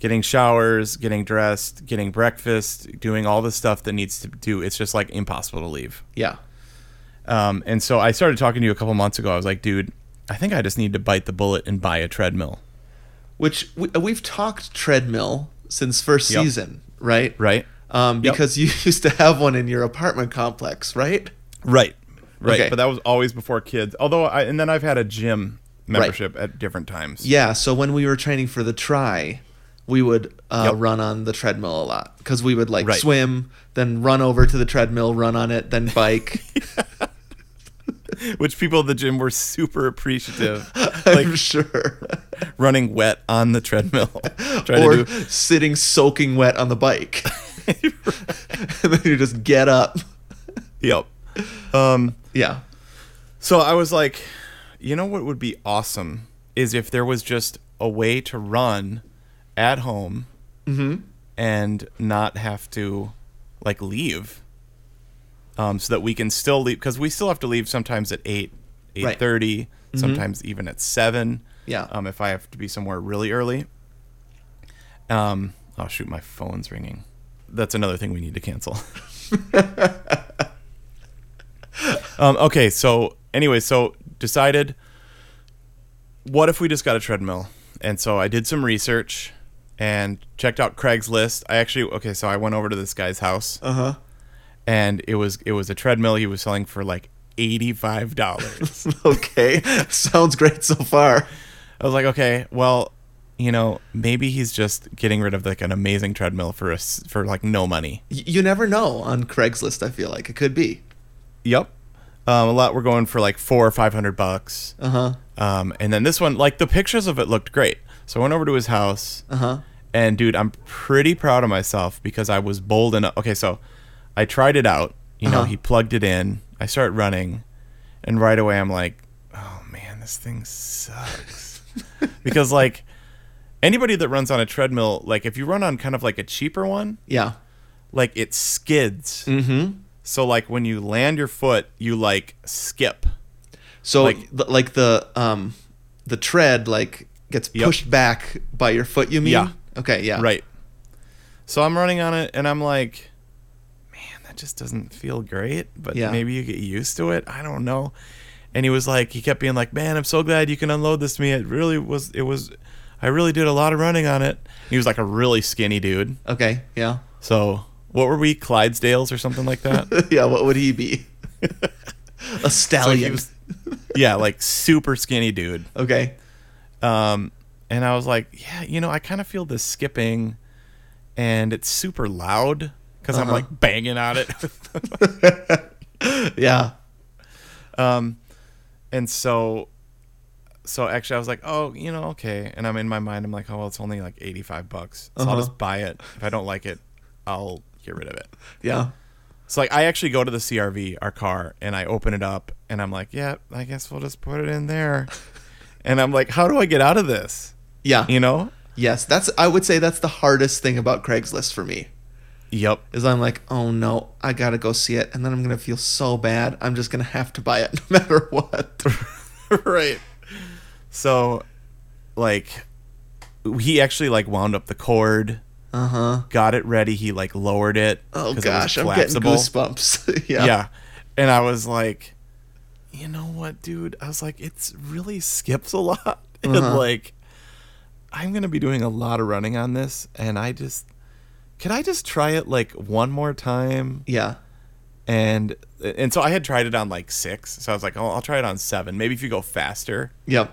C: getting showers, getting dressed, getting breakfast, doing all the stuff that needs to do. It's just like impossible to leave.
A: Yeah.
C: Um, and so I started talking to you a couple months ago. I was like, dude, I think I just need to bite the bullet and buy a treadmill,
A: Which we, uh, we've talked treadmill since first
C: Yep.
A: season, right?
C: right?
A: Um,
C: Yep.
A: because you used to have one in your apartment complex, right?
C: Right. Right.
A: Okay.
C: But that was always before kids. Although I and then I've had a gym membership at different times.
A: Yeah, so when we were training for the try, we would uh,
C: Yep.
A: run on the treadmill a lot because we would like
C: Right.
A: swim, then run over to the treadmill, run on it, then bike.
C: Which people at the gym were super appreciative.
A: I'm
C: like
A: sure.
C: running wet on the treadmill. Trying
A: or
C: to do
A: sitting soaking wet on the bike. and then you just get up.
C: Yep. Um
A: Yeah.
C: so I was like, you know what would be awesome is if there was just a way to run at home
A: Mm-hmm.
C: and not have to like leave. um, so that we can still leave because we still have to leave sometimes at eight,
A: Right. Mm-hmm.
C: eight thirty, sometimes even at seven.
A: Yeah.
C: Um, if I have to be somewhere really early. Um. Oh shoot, my phone's ringing. That's another thing we need to cancel. um. Okay. So anyway, so decided. What if we just got a treadmill? And so I did some research, and checked out Craigslist. I actually okay, so I went over to this guy's house
A: Uh huh.
C: and it was it was a treadmill he was selling for like eighty five dollars.
A: okay. Sounds great so far.
C: I was like, okay, well, you know, maybe he's just getting rid of like an amazing treadmill for us for like no money.
A: Y- you never know on Craigslist. I feel like it could be.
C: Yep. Um, a lot were going for like four or five hundred bucks.
A: Uh huh.
C: Um, and then this one, like the pictures of it looked great. So I went over to his house.
A: Uh huh.
C: And dude, I'm pretty proud of myself because I was bold enough. Okay, so I tried it out. You know,
A: Uh-huh.
C: he plugged it in. I start running, and right away I'm like, oh man, this thing sucks. because like anybody that runs on a treadmill, like if you run on kind of like a cheaper one,
A: Yeah.
C: like it skids.
A: Mm-hmm.
C: So like when you land your foot, you like skip.
A: So
C: Like-
A: like, like the um the tread like gets
C: Yep.
A: pushed back by your foot. You mean?
C: Yeah.
A: Okay. Yeah.
C: Right. So I'm running on it and I'm like, man, that just doesn't feel great, but
A: Yeah.
C: maybe you get used to it. I don't know. And he was like, he kept being like, man, I'm so glad you can unload this to me. It really was, it was, I really did a lot of running on it. He was like a really skinny dude.
A: Okay. Yeah.
C: So what were we, Clydesdales or something like that?
A: yeah. What would he be? A
C: So he
A: stallion.
C: was- yeah, like super skinny dude.
A: okay.
C: Um, and I was like, yeah, you know, I kind of feel this skipping, and it's super loud because I'm
A: Uh-huh.
C: like banging on it.
A: Yeah.
C: um, and so, so actually, I was like, oh, you know, okay. And I'm in my mind, I'm like, oh, well, it's only like 85 bucks, so I'll
A: Uh-huh.
C: just buy it. If I don't like it, I'll get rid of it.
A: Yeah.
C: So like, I actually go to the CRV, our car, and I open it up, and I'm like, yeah, I guess we'll just put it in there. and I'm like, how do I get out of this?
A: Yeah.
C: You know?
A: Yes. That's. I would say that's the hardest thing about Craigslist for me.
C: Yep.
A: Is I'm like, oh no, I gotta go see it, and then I'm gonna feel so bad. I'm just gonna have to buy it no matter what.
C: right. So, like, he actually like wound up the cord,
A: Uh huh.
C: got it ready. He like lowered it.
A: Oh
C: 'cause it was
A: gosh, I'm getting
C: collapsible.
A: goosebumps.
C: Yeah.
A: yeah.
C: and I was like, you know what, dude? I was like, it's really skips a lot, and
A: Uh-huh.
C: like, I'm gonna be doing a lot of running on this, and I just, could I just try it like one more time?
A: Yeah.
C: And and so I had tried it on like six, so I was like, oh, I'll try it on seven. Maybe if you go faster,
A: Yep.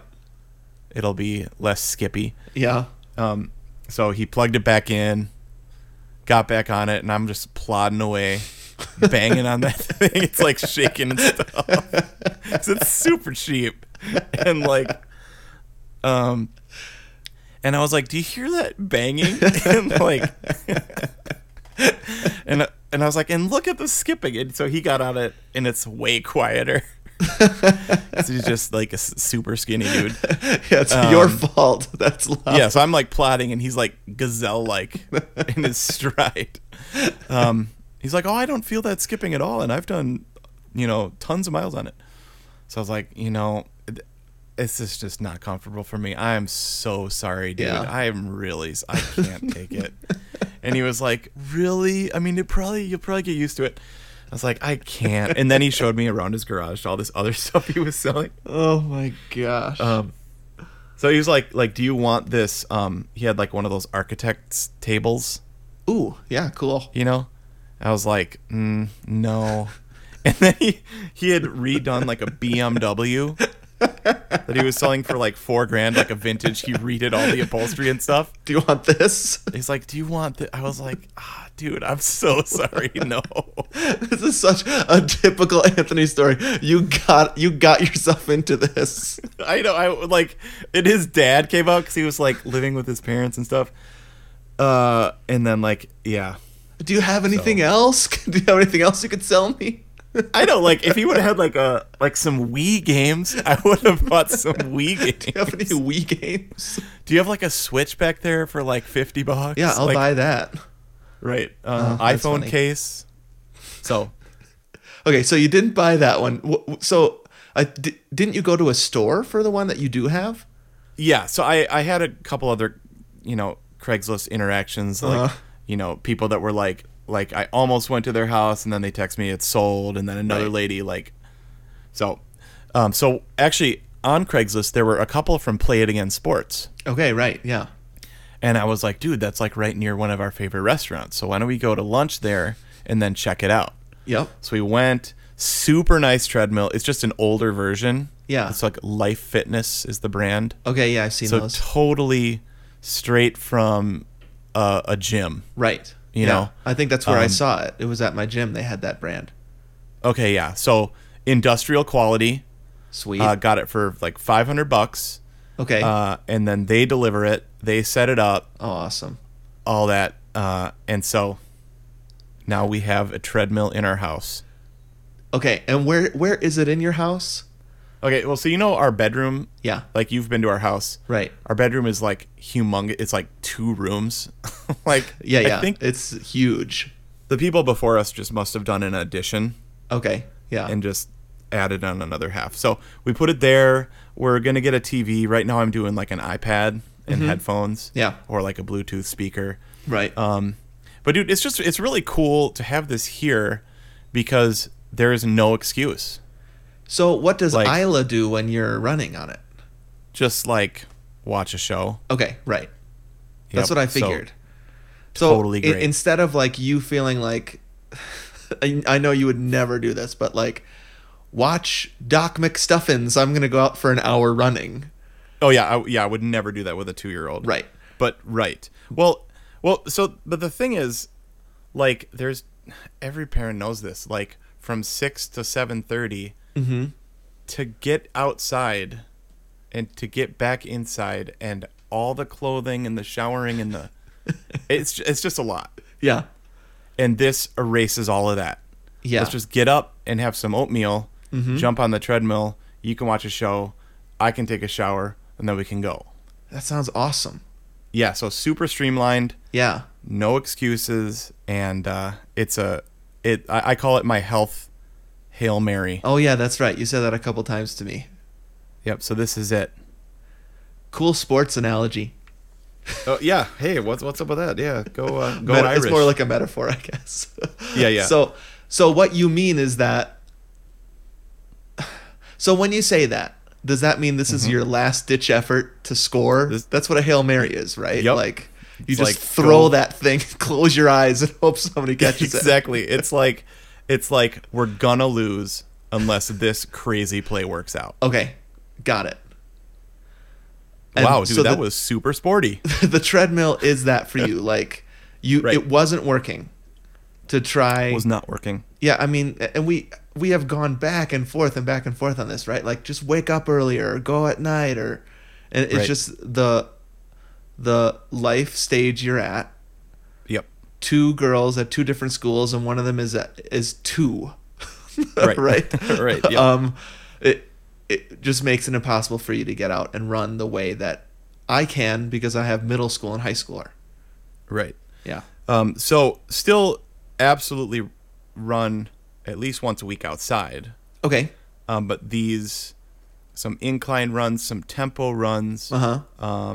C: it'll be less skippy.
A: Yeah.
C: Um, so he plugged it back in, got back on it, and I'm just plodding away, banging on that thing. It's like shaking and stuff. 'Cause it's super cheap, and like, um, and I was like, "Do you hear that banging?" and like, and and I was like, "And look at the skipping." And so he got on it, and it's way quieter. 'Cause he's just like a s- super skinny dude.
A: yeah, it's your
C: Um,
A: fault. That's loud.
C: Yeah, so I'm like plodding, and he's like gazelle like in his stride. Um, he's like, "Oh, I don't feel that skipping at all, and I've done, you know, tons of miles on it." So I was like, you know, th- this is just not comfortable for me. I am so sorry, dude.
A: Yeah.
C: I am really, s- I can't take it. And he was like, really? I mean, it probably you'll probably get used to it. I was like, I can't. And then he showed me around his garage all this other stuff he was selling.
A: Oh my gosh.
C: Um, so he was like, like, do you want this? Um, he had like one of those architects tables,
A: Ooh, yeah, cool.
C: you know. I was like, mm, no. And then he he had redone like a BMW that he was selling for like four grand, like a vintage. He redid all the upholstery and stuff.
A: Do you want this?
C: He's like, do you want that? I was like, ah, dude, I'm so sorry, no.
A: this is such a typical Anthony story. You got you got yourself into this.
C: I know. I like, and his dad came out because he was like living with his parents and stuff. Uh, and then like, yeah,
A: Do you have anything else? Do you have anything else you could sell me?
C: I know, like if he would have had like a like some Wii games, I would have bought some Wii
A: Do you have any
C: games.
A: Wii games?
C: Do you have like a Switch back there for like fifty bucks?
A: Yeah, I'll
C: Like,
A: buy that.
C: Right, uh,
A: Oh, that's
C: iPhone
A: funny.
C: case. So
A: Okay, so you didn't buy that one. W- w- So I di- didn't you go to a store for the one that you do have?
C: yeah, so I I had a couple other you know Craigslist interactions, like
A: Uh-huh.
C: you know people that were like like I almost went to their house and then they text me it's sold, and then another
A: Right.
C: lady like, so, um, so actually on Craigslist there were a couple from Play It Again Sports.
A: Okay, right. Yeah.
C: And I was like, dude, that's like right near one of our favorite restaurants. So why don't we go to lunch there and then check it out?
A: Yep.
C: So we went. Super nice treadmill. It's just an older version.
A: Yeah.
C: It's like Life Fitness is the brand.
A: Okay. Yeah, I've seen
C: So
A: those.
C: totally straight from uh, a gym.
A: right.
C: you
A: Yeah.
C: know,
A: I think that's where I
C: um,
A: saw it. It was at my gym. They had that brand.
C: Okay, yeah. So industrial quality.
A: Sweet.
C: Uh, got it for like 500 bucks.
A: okay.
C: Uh, and then they deliver it. They set it up.
A: oh, awesome.
C: all that. Uh, and so now we have a treadmill in our house.
A: Okay. And where where is it in your house?
C: Okay, well, so you know our bedroom,
A: Yeah.
C: like you've been to our house.
A: Right.
C: Our bedroom is like humongous. It's like two rooms. like,
A: Yeah. Yeah.
C: I think
A: it's huge.
C: the people before us just must have done an addition
A: Okay. Yeah.
C: and just added on another half. So we put it there. We're going to get a TV. Right now, I'm doing like an iPad and headphones.
A: Mm-hmm. Yeah.
C: Or like a Bluetooth speaker.
A: right.
C: Um, but dude, it's just it's really cool to have this here because there is no excuse.
A: so what does
C: like-
A: Isla do when you're running on it?
C: Just like watch a show.
A: Okay. Right. That's
C: Yep,
A: what I
C: so-
A: figured.
C: totally
A: i-
C: great.
A: instead of like you feeling like, I, I know you would never do this, but like, watch Doc McStuffins. I'm gonna go out for an hour running.
C: oh yeah, I, yeah, I would never do that with a two year old.
A: Right.
C: But right. Well, well. So, but the thing is, like, there's every parent knows this. Like, from six to seven
A: Mm-hmm.
C: to get outside and to get back inside, and all the clothing and the showering and the, it's it's just a lot.
A: Yeah.
C: and this erases all of that.
A: Yeah. Mm-hmm.
C: Let's just get up and have some oatmeal, jump on the treadmill. You can watch a show. I can take a shower, and then we can go.
A: that sounds awesome.
C: Yeah, so super streamlined,
A: Yeah.
C: no excuses, and uh, it's a it. I, I call it my health hail mary.
A: Oh yeah, that's right. You said that a couple times to me.
C: Yep. So this is it.
A: Cool sports analogy.
C: Oh yeah. Hey, what's what's up with that? Yeah, go uh, go
A: Meta-
C: Irish.
A: It's more like a metaphor, I guess.
C: Yeah, yeah.
A: So, so what you mean is that. So when you say that, does that mean this is your last ditch effort to score?
C: Mm-hmm. This-
A: That's what a hail mary is, right?
C: Yep.
A: Like you
C: It's
A: just
C: like,
A: throw
C: go-
A: that thing, close your eyes, and hope somebody catches it.
C: exactly. It's like it's like we're gonna lose unless this crazy play works out.
A: Okay, got it. And
C: wow, dude,
A: so
C: that
A: the-
C: was super sporty.
A: the treadmill is that for you? Like you,
C: Right.
A: it wasn't working. To try
C: was not working.
A: Yeah, I mean, and we we have gone back and forth and back and forth on this, right? Like just wake up earlier, or go at night, or and it's
C: Right.
A: just the the life stage you're at.
C: Yep.
A: Two girls at two different schools, and one of them is at, is two,
C: Right.
A: right,
C: Right, yep.
A: Um, it it just makes it impossible for you to get out and run the way that I can because I have middle school and high schooler.
C: Right.
A: Yeah.
C: Um, so still absolutely run at least once a week outside.
A: Okay.
C: Um, but these some incline runs, some tempo runs,
A: Uh huh.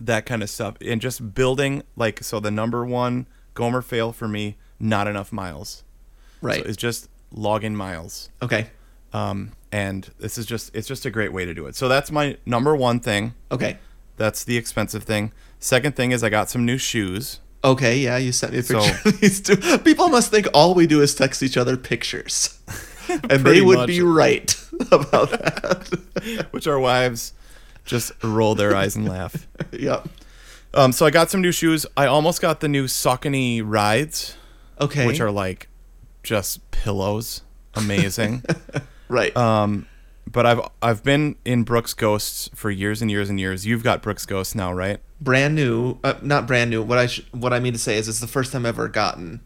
C: that kind of stuff. And just building like so the number one Gomer fail for me, not enough miles.
A: Right.
C: So it's just log in miles.
A: okay.
C: Um, and this is just it's just a great way to do it. So that's my number one thing.
A: Okay.
C: That's the expensive thing. Second thing is I got some new shoes.
A: Okay, yeah, you sent me a picture
C: So-
A: of these two. People must think all we do is text each other pictures. And they
C: Pretty
A: would
C: much.
A: be right about that.
C: which our wives just roll their eyes and laugh.
A: yep.
C: Um, so I got some new shoes. I almost got the new Saucony Rides,
A: Okay.
C: which are like just pillows, amazing.
A: right.
C: um, but I've I've been in Brooks Ghosts for years and years and years. You've got Brooks Ghosts now, right?
A: brand new, uh, not brand new. What I sh- what I mean to say is it's the first time I've ever gotten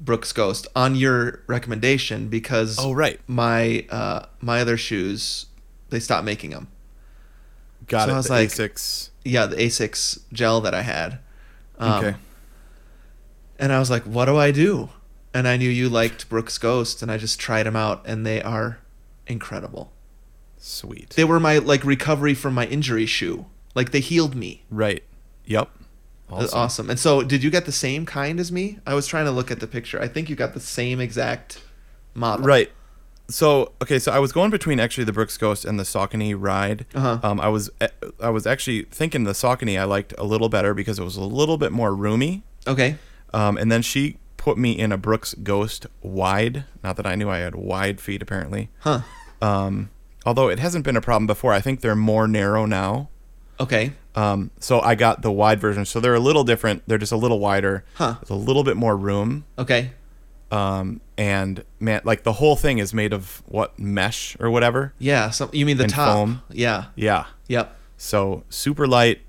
A: Brooks Ghost on your recommendation because
C: Oh, right.
A: my uh my other shoes they stopped making them.
C: Got
A: So
C: it.
A: I was
C: the
A: like-
C: Asics.
A: Yeah, the Asics gel that I had. Um,
C: okay.
A: And I was like, what do I do? And I knew you liked Brooks Ghost, and I just tried them out, and they are incredible.
C: Sweet.
A: They were my like recovery from my injury shoe. Like they healed me.
C: right. Yep.
A: Awesome.
C: Awesome.
A: awesome. And so, did you get the same kind as me? I was trying to look at the picture. I think you got the same exact model.
C: Right. so okay, so I was going between actually the Brooks Ghost and the Saucony ride.
A: Uh-huh.
C: Um, I was I was actually thinking the Saucony I liked a little better because it was a little bit more roomy.
A: Okay.
C: Um, and then she put me in a Brooks Ghost wide. Not that I knew I had wide feet apparently.
A: Huh.
C: Um, although it hasn't been a problem before. I think they're more narrow now.
A: Okay.
C: Um, so I got the wide version. So they're a little different. They're just a little wider.
A: Huh.
C: There's a little bit more room.
A: Okay.
C: Um, and man, like the whole thing is made of what mesh or whatever.
A: Yeah. So you mean the
C: And
A: top?
C: foam.
A: Yeah.
C: Yeah.
A: Yep.
C: So super light,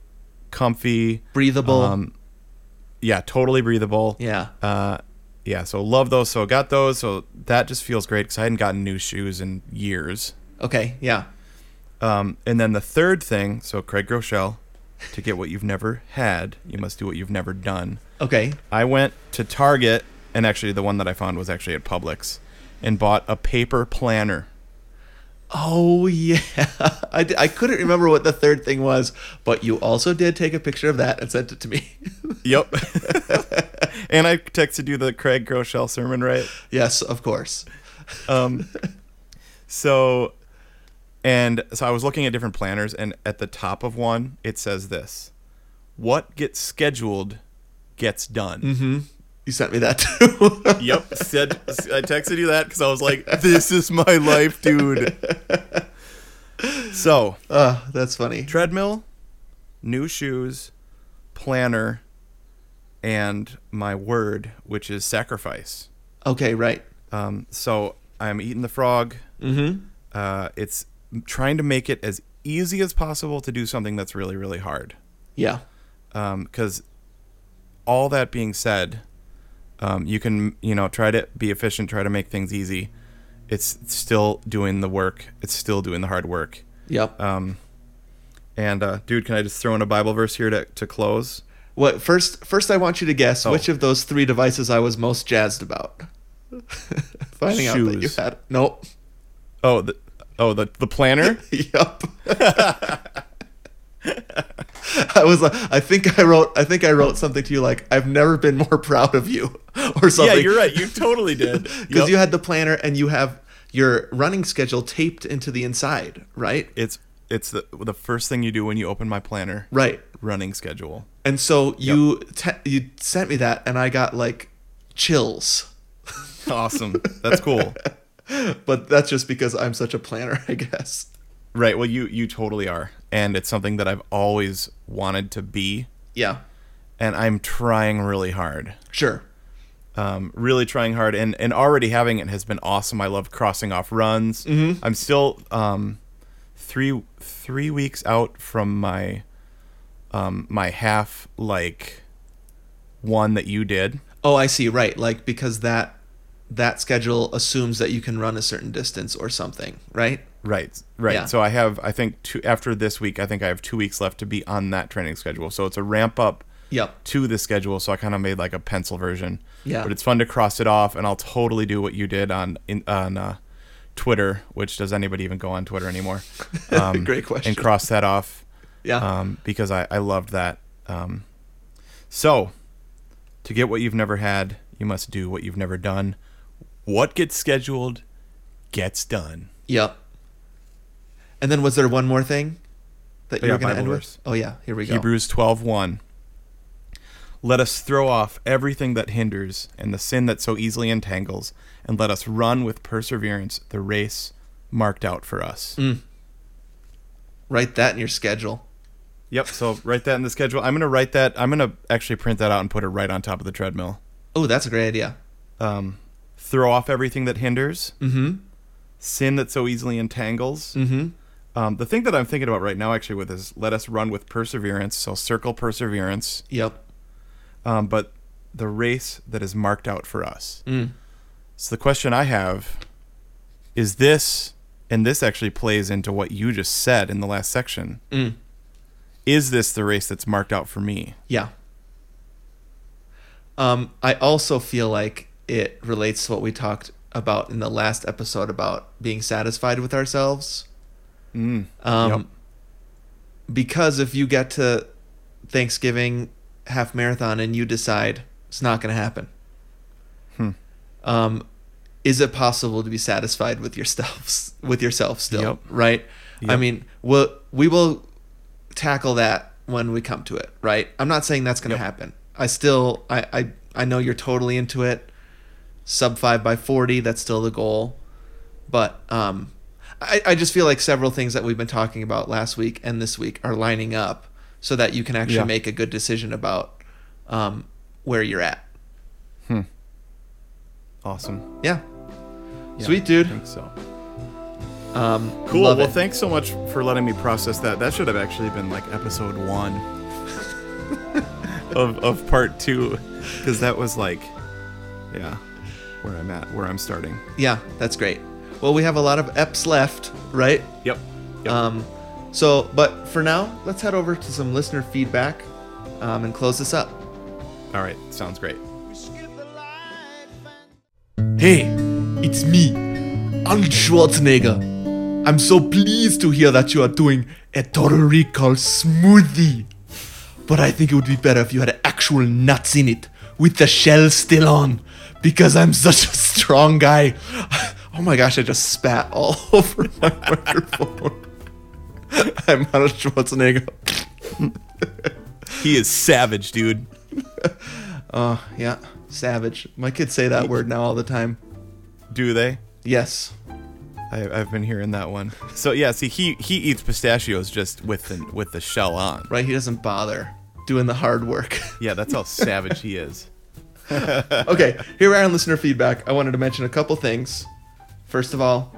C: comfy,
A: Breathable.
C: Um, yeah, totally breathable.
A: yeah.
C: Uh, yeah. So love those. So got those. So that just feels great because I hadn't gotten new shoes in years.
A: Okay. Yeah.
C: Um, and then the third thing, so Craig Groeschel, to get what you've never had, you must do what you've never done.
A: Okay.
C: I went to Target, and actually the one that I found was actually at Publix, and bought a paper planner.
A: Oh yeah. I, d- I couldn't remember what the third thing was, but you also did take a picture of that and sent it to me.
C: Yep. and I texted you the Craig Groeschel sermon, right?
A: yes, of course.
C: Um, so, and so I was looking at different planners, and at the top of one, it says this What gets scheduled gets done.
A: You sent me that too.
C: Yep. Said I texted you that because I was like, "This is my life, dude." So
A: Uh, that's funny.
C: treadmill, new shoes, planner, and my word, which is sacrifice.
A: Okay, right.
C: Um, so I'm eating the frog.
A: Mm-hmm.
C: Uh, it's trying to make it as easy as possible to do something that's really, really hard.
A: Yeah.
C: because all that being said, um, you can you know try to be efficient, try to make things easy. It's still doing the work. It's still doing the hard work.
A: Yep.
C: Um, and uh, dude, can I just throw in a Bible verse here to to close?
A: what first? First, I want you to guess
C: Oh.
A: which of those three devices I was most jazzed about. Finding out that you
C: Shoes.
A: had. Nope.
C: Oh, the, oh the the planner.
A: yep. I was like, I think I wrote, I think I wrote something to you like, I've never been more proud of you, or something.
C: yeah, you're right. You totally did.
A: Because
C: Yep.
A: you had the planner and you have your running schedule taped into the inside, right?
C: it's it's the the first thing you do when you open my planner.
A: Right.
C: Running schedule.
A: And so you te- you sent me that, and I got like chills.
C: Awesome. That's cool.
A: But that's just because I'm such a planner, I guess.
C: Right. Well, you you totally are, and it's something that I've always wanted to be.
A: Yeah,
C: and I'm trying really hard.
A: sure.
C: Um, really trying hard, and and already having it has been awesome. I love crossing off runs. I'm still um, three three weeks out from my um, my half like one that you did.
A: Oh, I see. Right, like because that that schedule assumes that you can run a certain distance or something, right?
C: Right, right.
A: Yeah.
C: So I have I think two after this week. I think I have two weeks left to be on that training schedule. So it's a ramp up.
A: Yep.
C: to the schedule, so I kind of made like a pencil version.
A: Yeah.
C: But it's fun to cross it off, and I'll totally do what you did on in, on uh, Twitter, which does anybody even go on Twitter anymore? Um,
A: Great question.
C: And cross that off
A: Yeah.
C: um, because I I loved that. Um, so to get what you've never had, you must do what you've never done. What gets scheduled gets done.
A: yep. And then was there one more thing that you
C: Yeah,
A: were going to
C: Bible
A: end
C: verse.
A: with? Oh yeah, here we go.
C: Hebrews 12:1 Let us throw off everything that hinders and the sin that so easily entangles and let us run with perseverance the race marked out for us.
A: Mm. Write that in your schedule.
C: Yep, so write that in the schedule. I'm going to write that I'm going to actually print that out and put it right on top of the treadmill.
A: Oh, that's a great idea.
C: Um throw off everything that hinders,
A: Mm-hmm.
C: sin that so easily entangles.
A: Mm-hmm.
C: Um, the thing that I'm thinking about right now actually with is let us run with perseverance, so circle perseverance.
A: Yep.
C: um, but the race that is marked out for us.
A: Mm.
C: So the question I have is this, and this actually plays into what you just said in the last section.
A: Mm.
C: Is this the race that's marked out for me?
A: Yeah. Um, I also feel like it relates to what we talked about in the last episode about being satisfied with ourselves.
C: Mm.
A: Um,
C: Yep.
A: Because if you get to Thanksgiving half marathon and you decide it's not going to happen,
C: Hmm.
A: um, is it possible to be satisfied with yourself with yourself still
C: Yep.
A: right i
C: Yep.
A: mean we'll, we will tackle that when we come to it right i'm not saying that's going to
C: Yep.
A: happen i still I, I i know you're totally into it sub 5 by 40 that's still the goal but um I, I just feel like several things that we've been talking about last week and this week are lining up so that you can actually
C: Yeah.
A: make a good decision about um, where you're at
C: Awesome.
A: yeah
C: Yeah,
A: Sweet, dude.
C: I think so.
A: um
C: Cool.
A: love
C: well,
A: it.
C: thanks so much for letting me process that. That should have actually been like episode one of, of part two, because that was like, yeah, where I'm at, where I'm starting.
A: Yeah, that's great. Well, we have a lot of eps left, right?
C: Yep. yep.
A: Um, so, but for now, let's head over to some listener feedback um, and close this up.
C: All right. Sounds great.
A: Hey, it's me, Arnold Schwarzenegger. I'm so pleased to hear that you are doing a Total Recall smoothie. But I think it would be better if you had actual nuts in it, with the shell still on, because I'm such a strong guy. Oh my gosh, I just spat all over my microphone. I'm Arnold Schwarzenegger.
C: He is savage, dude.
A: Yeah, savage. My kids say that word now all the time.
C: Do they?
A: Yes.
C: I, I've been hearing that one. So yeah, see, he he eats pistachios just with the with the shell on.
A: Right? He doesn't bother doing the hard work.
C: Yeah, that's how savage he is.
A: okay, here we are on listener feedback. I wanted to mention a couple things. First of all,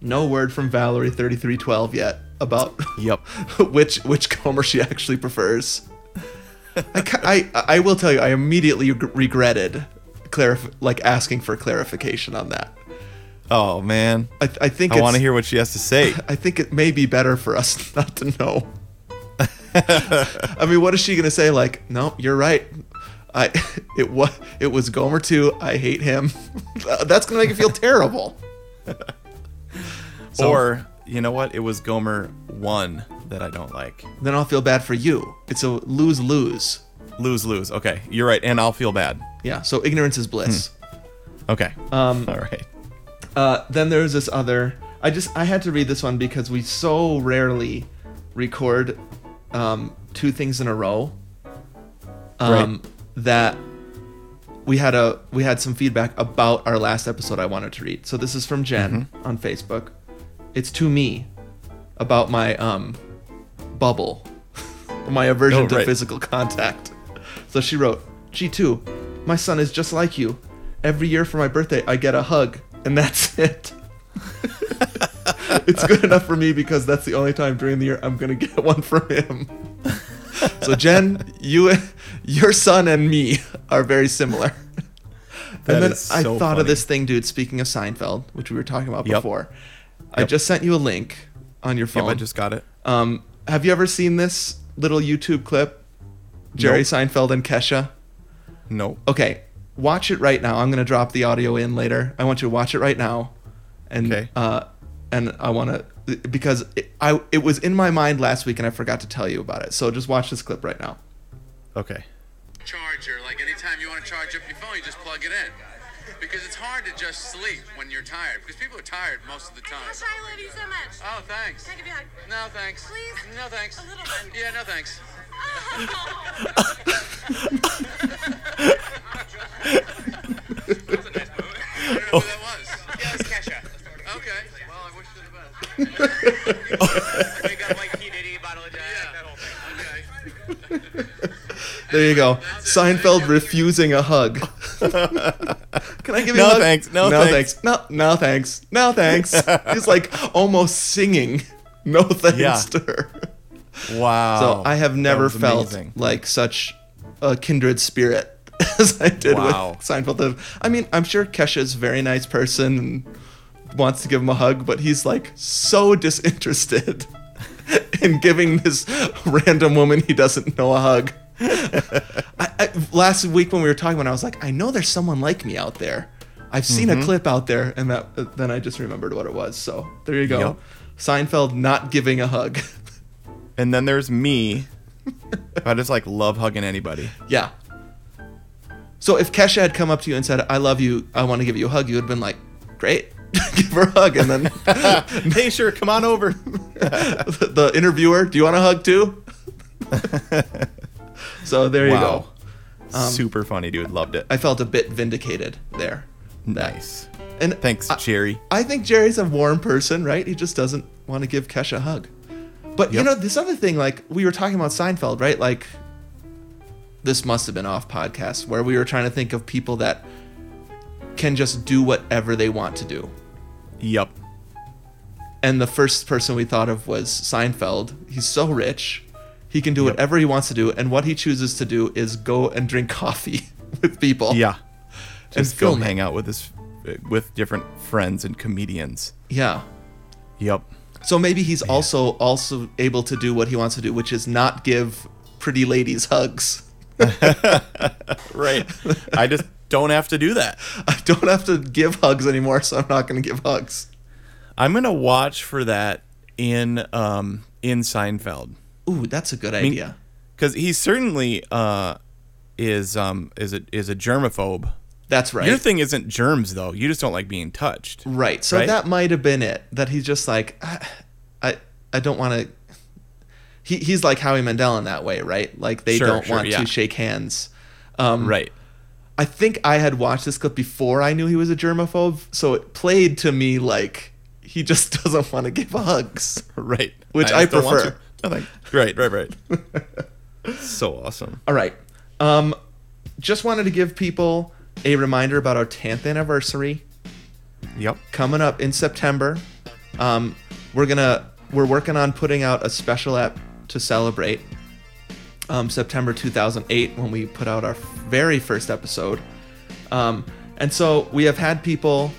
A: no word from Valerie thirty three twelve yet about
C: Yep.
A: which which Comer she actually prefers. I, ca- I I will tell you, I immediately reg- regretted clarif- like asking for clarification on that.
C: Oh man,
A: I, I think
C: I
A: it's-
C: want to hear what she has to say.
A: I think it may be better for us not to know. I mean, what is she gonna say? Like, no, you're right. I it was it was Gomer too. I hate him. That's gonna make you feel terrible. So-
C: Or you know what? It was Gomer one that I don't like.
A: Then I'll feel bad for you. It's a lose lose.
C: Lose lose. Okay, you're right, and I'll feel bad.
A: Yeah. So ignorance is bliss.
C: Okay.
A: Um,
C: All right.
A: Uh, then there's this other. I just I had to read this one because we so rarely record um, two things in a row. Um, That we had a we had some feedback about our last episode. I wanted to read. So this is from Jen on Facebook. It's to me about my um, bubble, my aversion
C: Oh,
A: to
C: right.
A: physical contact. So she wrote, G2, my son is just like you. Every year for my birthday, I get a hug, and that's it. it's good enough for me because that's the only time during the year I'm going to get one from him. so Jen, you, your son and me are very similar.
C: That
A: and then
C: is
A: I
C: so
A: thought of
C: funny.
A: this thing, dude. Speaking of Seinfeld, which we were talking about
C: Yep.
A: before, I
C: Yep.
A: just sent you a link on your
C: Yep,
A: phone.
C: I just got it.
A: Um, have you ever seen this little YouTube clip? Jerry
C: Nope.
A: Seinfeld and Kesha.
C: Nope.
A: Okay, watch it right now. I'm gonna drop the audio in later. I want you to watch it right now, and
C: Okay.
A: uh, and I want to because it, I it was in my mind last week and I forgot to tell you about it. So just watch this clip right now.
C: Okay.
D: charger. Like anytime you want to charge up your phone, you just plug it in. Because it's hard to just sleep when you're tired. Because people are tired most of the time.
E: Gosh, I love you so much.
D: Oh, thanks.
E: Can I give you a hug?
D: No, thanks.
E: Please?
D: No, thanks.
E: A little bit.
D: Yeah, no, thanks. That's a nice move. I don't know who that was. Yeah, it's Kesha. Okay. Well, I wish you the best. we got Mike Kennedy, bottle of Jack, that whole thing. Okay.
A: There you go. Seinfeld refusing a hug. Can I give you
C: No,
A: a hug?
C: thanks. No, thanks.
A: No, no thanks. No thanks. He's like almost singing. No thanks
C: Yeah.
A: to her. So
C: Wow.
A: I have
C: That
A: never
C: was
A: felt
C: amazing.
A: like such a kindred spirit as I did
C: Wow.
A: with Seinfeld. I mean, I'm sure Kesha's a very nice person and wants to give him a hug, but he's like so disinterested in giving this random woman he doesn't know a hug. I, I, last week when we were talking, when I was like, I know there's someone like me out there. I've seen
C: Mm-hmm.
A: a clip out there, and that uh, then I just remembered what it was. So there you go.
C: Yep.
A: Seinfeld not giving a hug.
C: And then there's me. I just like love hugging anybody.
A: Yeah. So if Kesha had come up to you and said, "I love you, I want to give you a hug," you would have been like, great. Give her a hug. And then
C: hey, sure, come on over.
A: the interviewer, do you want a hug too? so there you go.
C: Super funny, dude. Loved it.
A: Um, I felt a bit vindicated there.
C: nice.
A: And
C: Thanks,
A: I,
C: Jerry.
A: I think Jerry's a warm person, right? He just doesn't want to give Kesha a hug. But you
C: Yep.
A: know, this other thing, like we were talking about Seinfeld, right? Like this must have been off podcast where we were trying to think of people that can just do whatever they want to do.
C: Yep.
A: And the first person we thought of was Seinfeld. He's so rich. He can do whatever he wants to do, and what he chooses to do is go and drink coffee with people.
C: Yeah. Just go
A: film it.
C: hang out with his uh, with different friends and comedians.
A: Yeah.
C: Yep.
A: So maybe he's also also able to do what he wants to do, which is not give pretty ladies hugs.
C: Right. I just don't have to do that.
A: I don't have to give hugs anymore, so I'm not going to give hugs.
C: I'm gonna watch for that in um in Seinfeld
A: Ooh, that's a good idea.
C: because he certainly uh is um is a is a germaphobe.
A: That's right.
C: Your thing isn't germs though. You just don't like being touched.
A: right. So
C: right?
A: that might have been it. That he's just like, I, I, I don't want to. He, he's like Howie Mandel in that way, right? Like they
C: Sure,
A: don't
C: sure,
A: want
C: yeah.
A: to shake hands. Um,
C: Right.
A: I think I had watched this clip before I knew he was a germaphobe, so it played to me like he just doesn't want to give hugs.
C: Right.
A: Which I
C: just don't want
A: prefer.
C: to. Nothing. Right. Right. Right. so awesome.
A: All right. Um, just wanted to give people a reminder about our 10th anniversary
C: Yep.
A: coming up in September. Um, we're gonna we're working on putting out a special app to celebrate um, September 2008 when we put out our very first episode. Um, and so we have had people,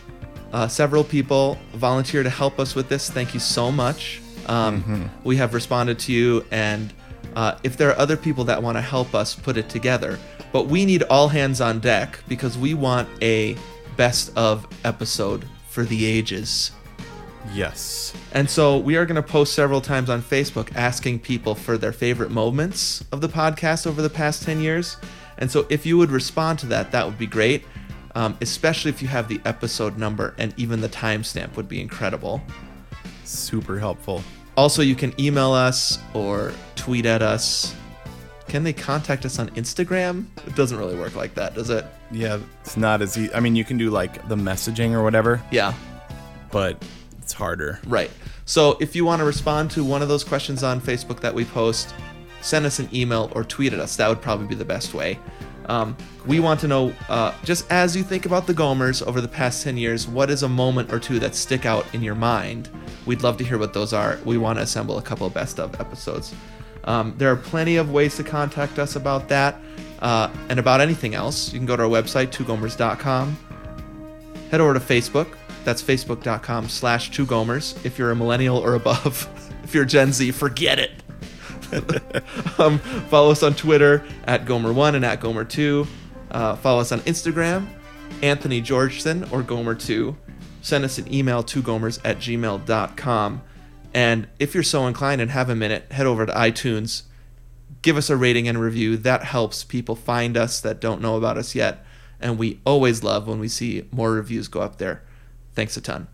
A: uh, several people, volunteer to help us with this. Thank you so much. Um, We have responded to you, and uh, if there are other people that want to help us put it together, but we need all hands on deck because we want a best of episode for the ages.
C: Yes.
A: And so we are going to post several times on Facebook asking people for their favorite moments of the podcast over the past 10 years. And so if you would respond to that, that would be great, um, especially if you have the episode number and even the timestamp would be incredible.
C: Super helpful.
A: Also, you can email us or tweet at us. Can they contact us on Instagram? It doesn't really work like that, does it?
C: Yeah. It's not as easy. I mean, you can do like the messaging or whatever,
A: Yeah,
C: but it's harder.
A: Right. So if you want to respond to one of those questions on Facebook that we post, send us an email or tweet at us. That would probably be the best way. Um, we want to know, uh, just as you think about the Gomers over the past 10 years, what is a moment or two that stick out in your mind? We'd love to hear what those are. We want to assemble a couple of best of episodes. Um, there are plenty of ways to contact us about that uh, and about anything else. You can go to our website, twogomers.com head over to Facebook. That's facebook.com slash two gomers. If you're a millennial or above, if you're Gen Z, forget it. um, follow us on Twitter at Gomer1 and at Gomer2. Uh, follow us on Instagram, Anthony Georgeson or Gomer2. Send us an email, two gomers at gmail.com. And if you're so inclined and have a minute, head over to iTunes, give us a rating and review. That helps people find us that don't know about us yet. And we always love when we see more reviews go up there. Thanks a ton.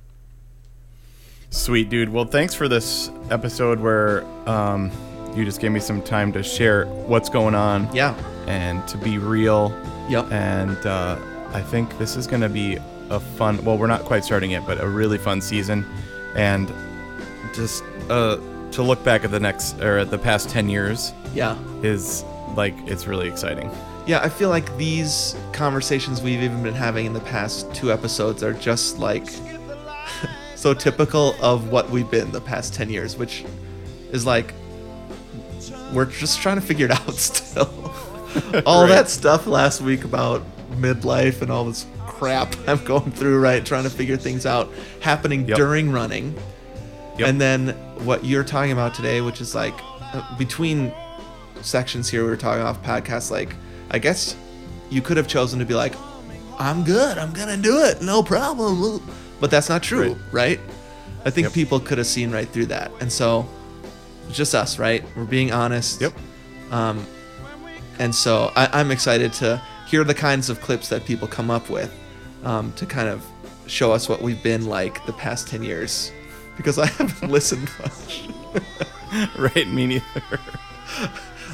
C: Sweet, dude. Well, thanks for this episode where um, you just gave me some time to share what's going on
A: Yeah.
C: and to be real.
A: Yep.
C: And uh, I think this is going to be a fun, well, we're not quite starting it, but a really fun season. And just uh, to look back at the next, or at the past 10 years
A: Yeah.
C: is like, it's really exciting.
A: Yeah, I feel like these conversations we've even been having in the past two episodes are just like so typical of what we've been the past 10 years, which is like we're just trying to figure it out still. all
C: Right.
A: that stuff last week about midlife and all this crap I'm going through, right? Trying to figure things out happening
C: Yep.
A: during running.
C: Yep.
A: And then what you're talking about today, which is like uh, between sections here, we were talking off podcast. Like, I guess you could have chosen to be like, I'm good, I'm gonna do it, no problem. But that's not true, right? I think
C: Yep.
A: people could have seen right through that. And so it's just us, right? We're being honest.
C: Yep.
A: Um, and so I, I'm excited to hear the kinds of clips that people come up with um, to kind of show us what we've been like the past 10 years because I haven't listened much.
C: right? Me neither.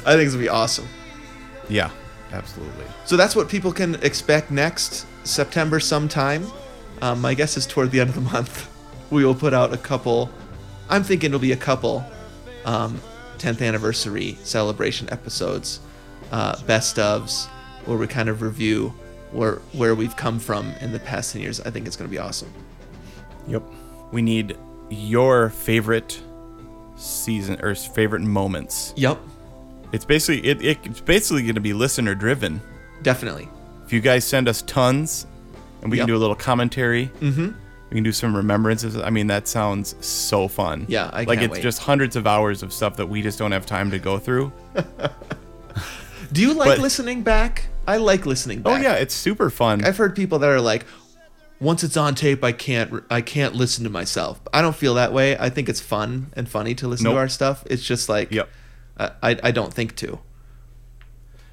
A: I think it's going to be awesome.
C: yeah, absolutely.
A: So that's what people can expect next September sometime. Um, my guess is toward the end of the month, we will put out a couple. I'm thinking it'll be a couple um, 10th anniversary celebration episodes, uh, best ofs, where we kind of review where where we've come from in the past 10 years. I think it's going to be awesome.
C: Yep. We need your favorite season or favorite moments.
A: Yep,
C: It's basically it, it it's basically going to be listener driven.
A: definitely.
C: If you guys send us tons, and we
A: Yep.
C: can do a little commentary. Mm-hmm. We can do some remembrances. I mean, that sounds so fun.
A: Yeah, I
C: like
A: can't
C: it's
A: wait.
C: just hundreds of hours of stuff that we just don't have time to go through.
A: Do you like
C: But-
A: listening back? I like listening
C: Oh
A: back.
C: yeah, it's super fun.
A: I've heard people that are like, once it's on tape, I can't I can't listen to myself. I don't feel that way. I think it's fun and funny to listen
C: Nope.
A: to our stuff. It's just like,
C: Yep.
A: I, I I don't think to.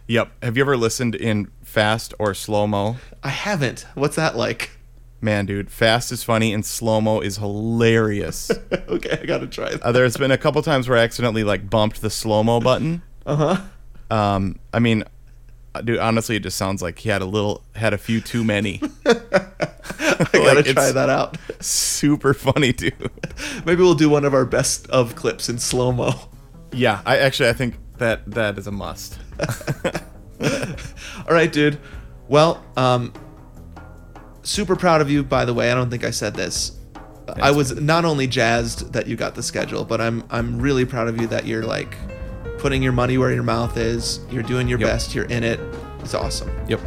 C: Yep. Have you ever listened in fast or slow mo?
A: I haven't. What's that like?
C: Man, dude, fast is funny and slow mo is hilarious.
A: okay, I gotta try that.
C: Uh, there's been a couple times where I accidentally like bumped the slow mo button.
A: Uh huh.
C: Um, I mean, uh, dude, honestly, it just sounds like he had a little, had a few too many.
A: I gotta
C: Like,
A: try
C: it's-
A: that out.
C: Super funny, dude.
A: Maybe we'll do one of our best of clips in slow mo.
C: Yeah, I actually I think that that is a must.
A: All right, dude. Well, um, super proud of you. By the way, I don't think I said this. I was not only jazzed that you got the schedule, but I'm I'm really proud of you that you're like putting your money where your mouth is. You're doing your
C: Yep.
A: best. You're in it. It's awesome.
C: yep.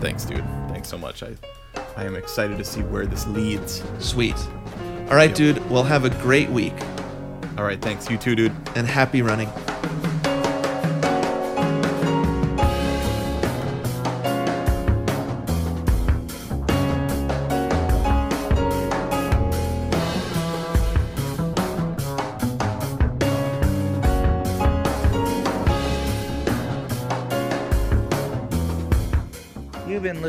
C: Thanks, dude. Thanks so much. I I am excited to see where this leads.
A: Sweet. All right, dude. Well, have a great week
C: All right, thanks. You too, dude.
A: and happy running.
E: You've been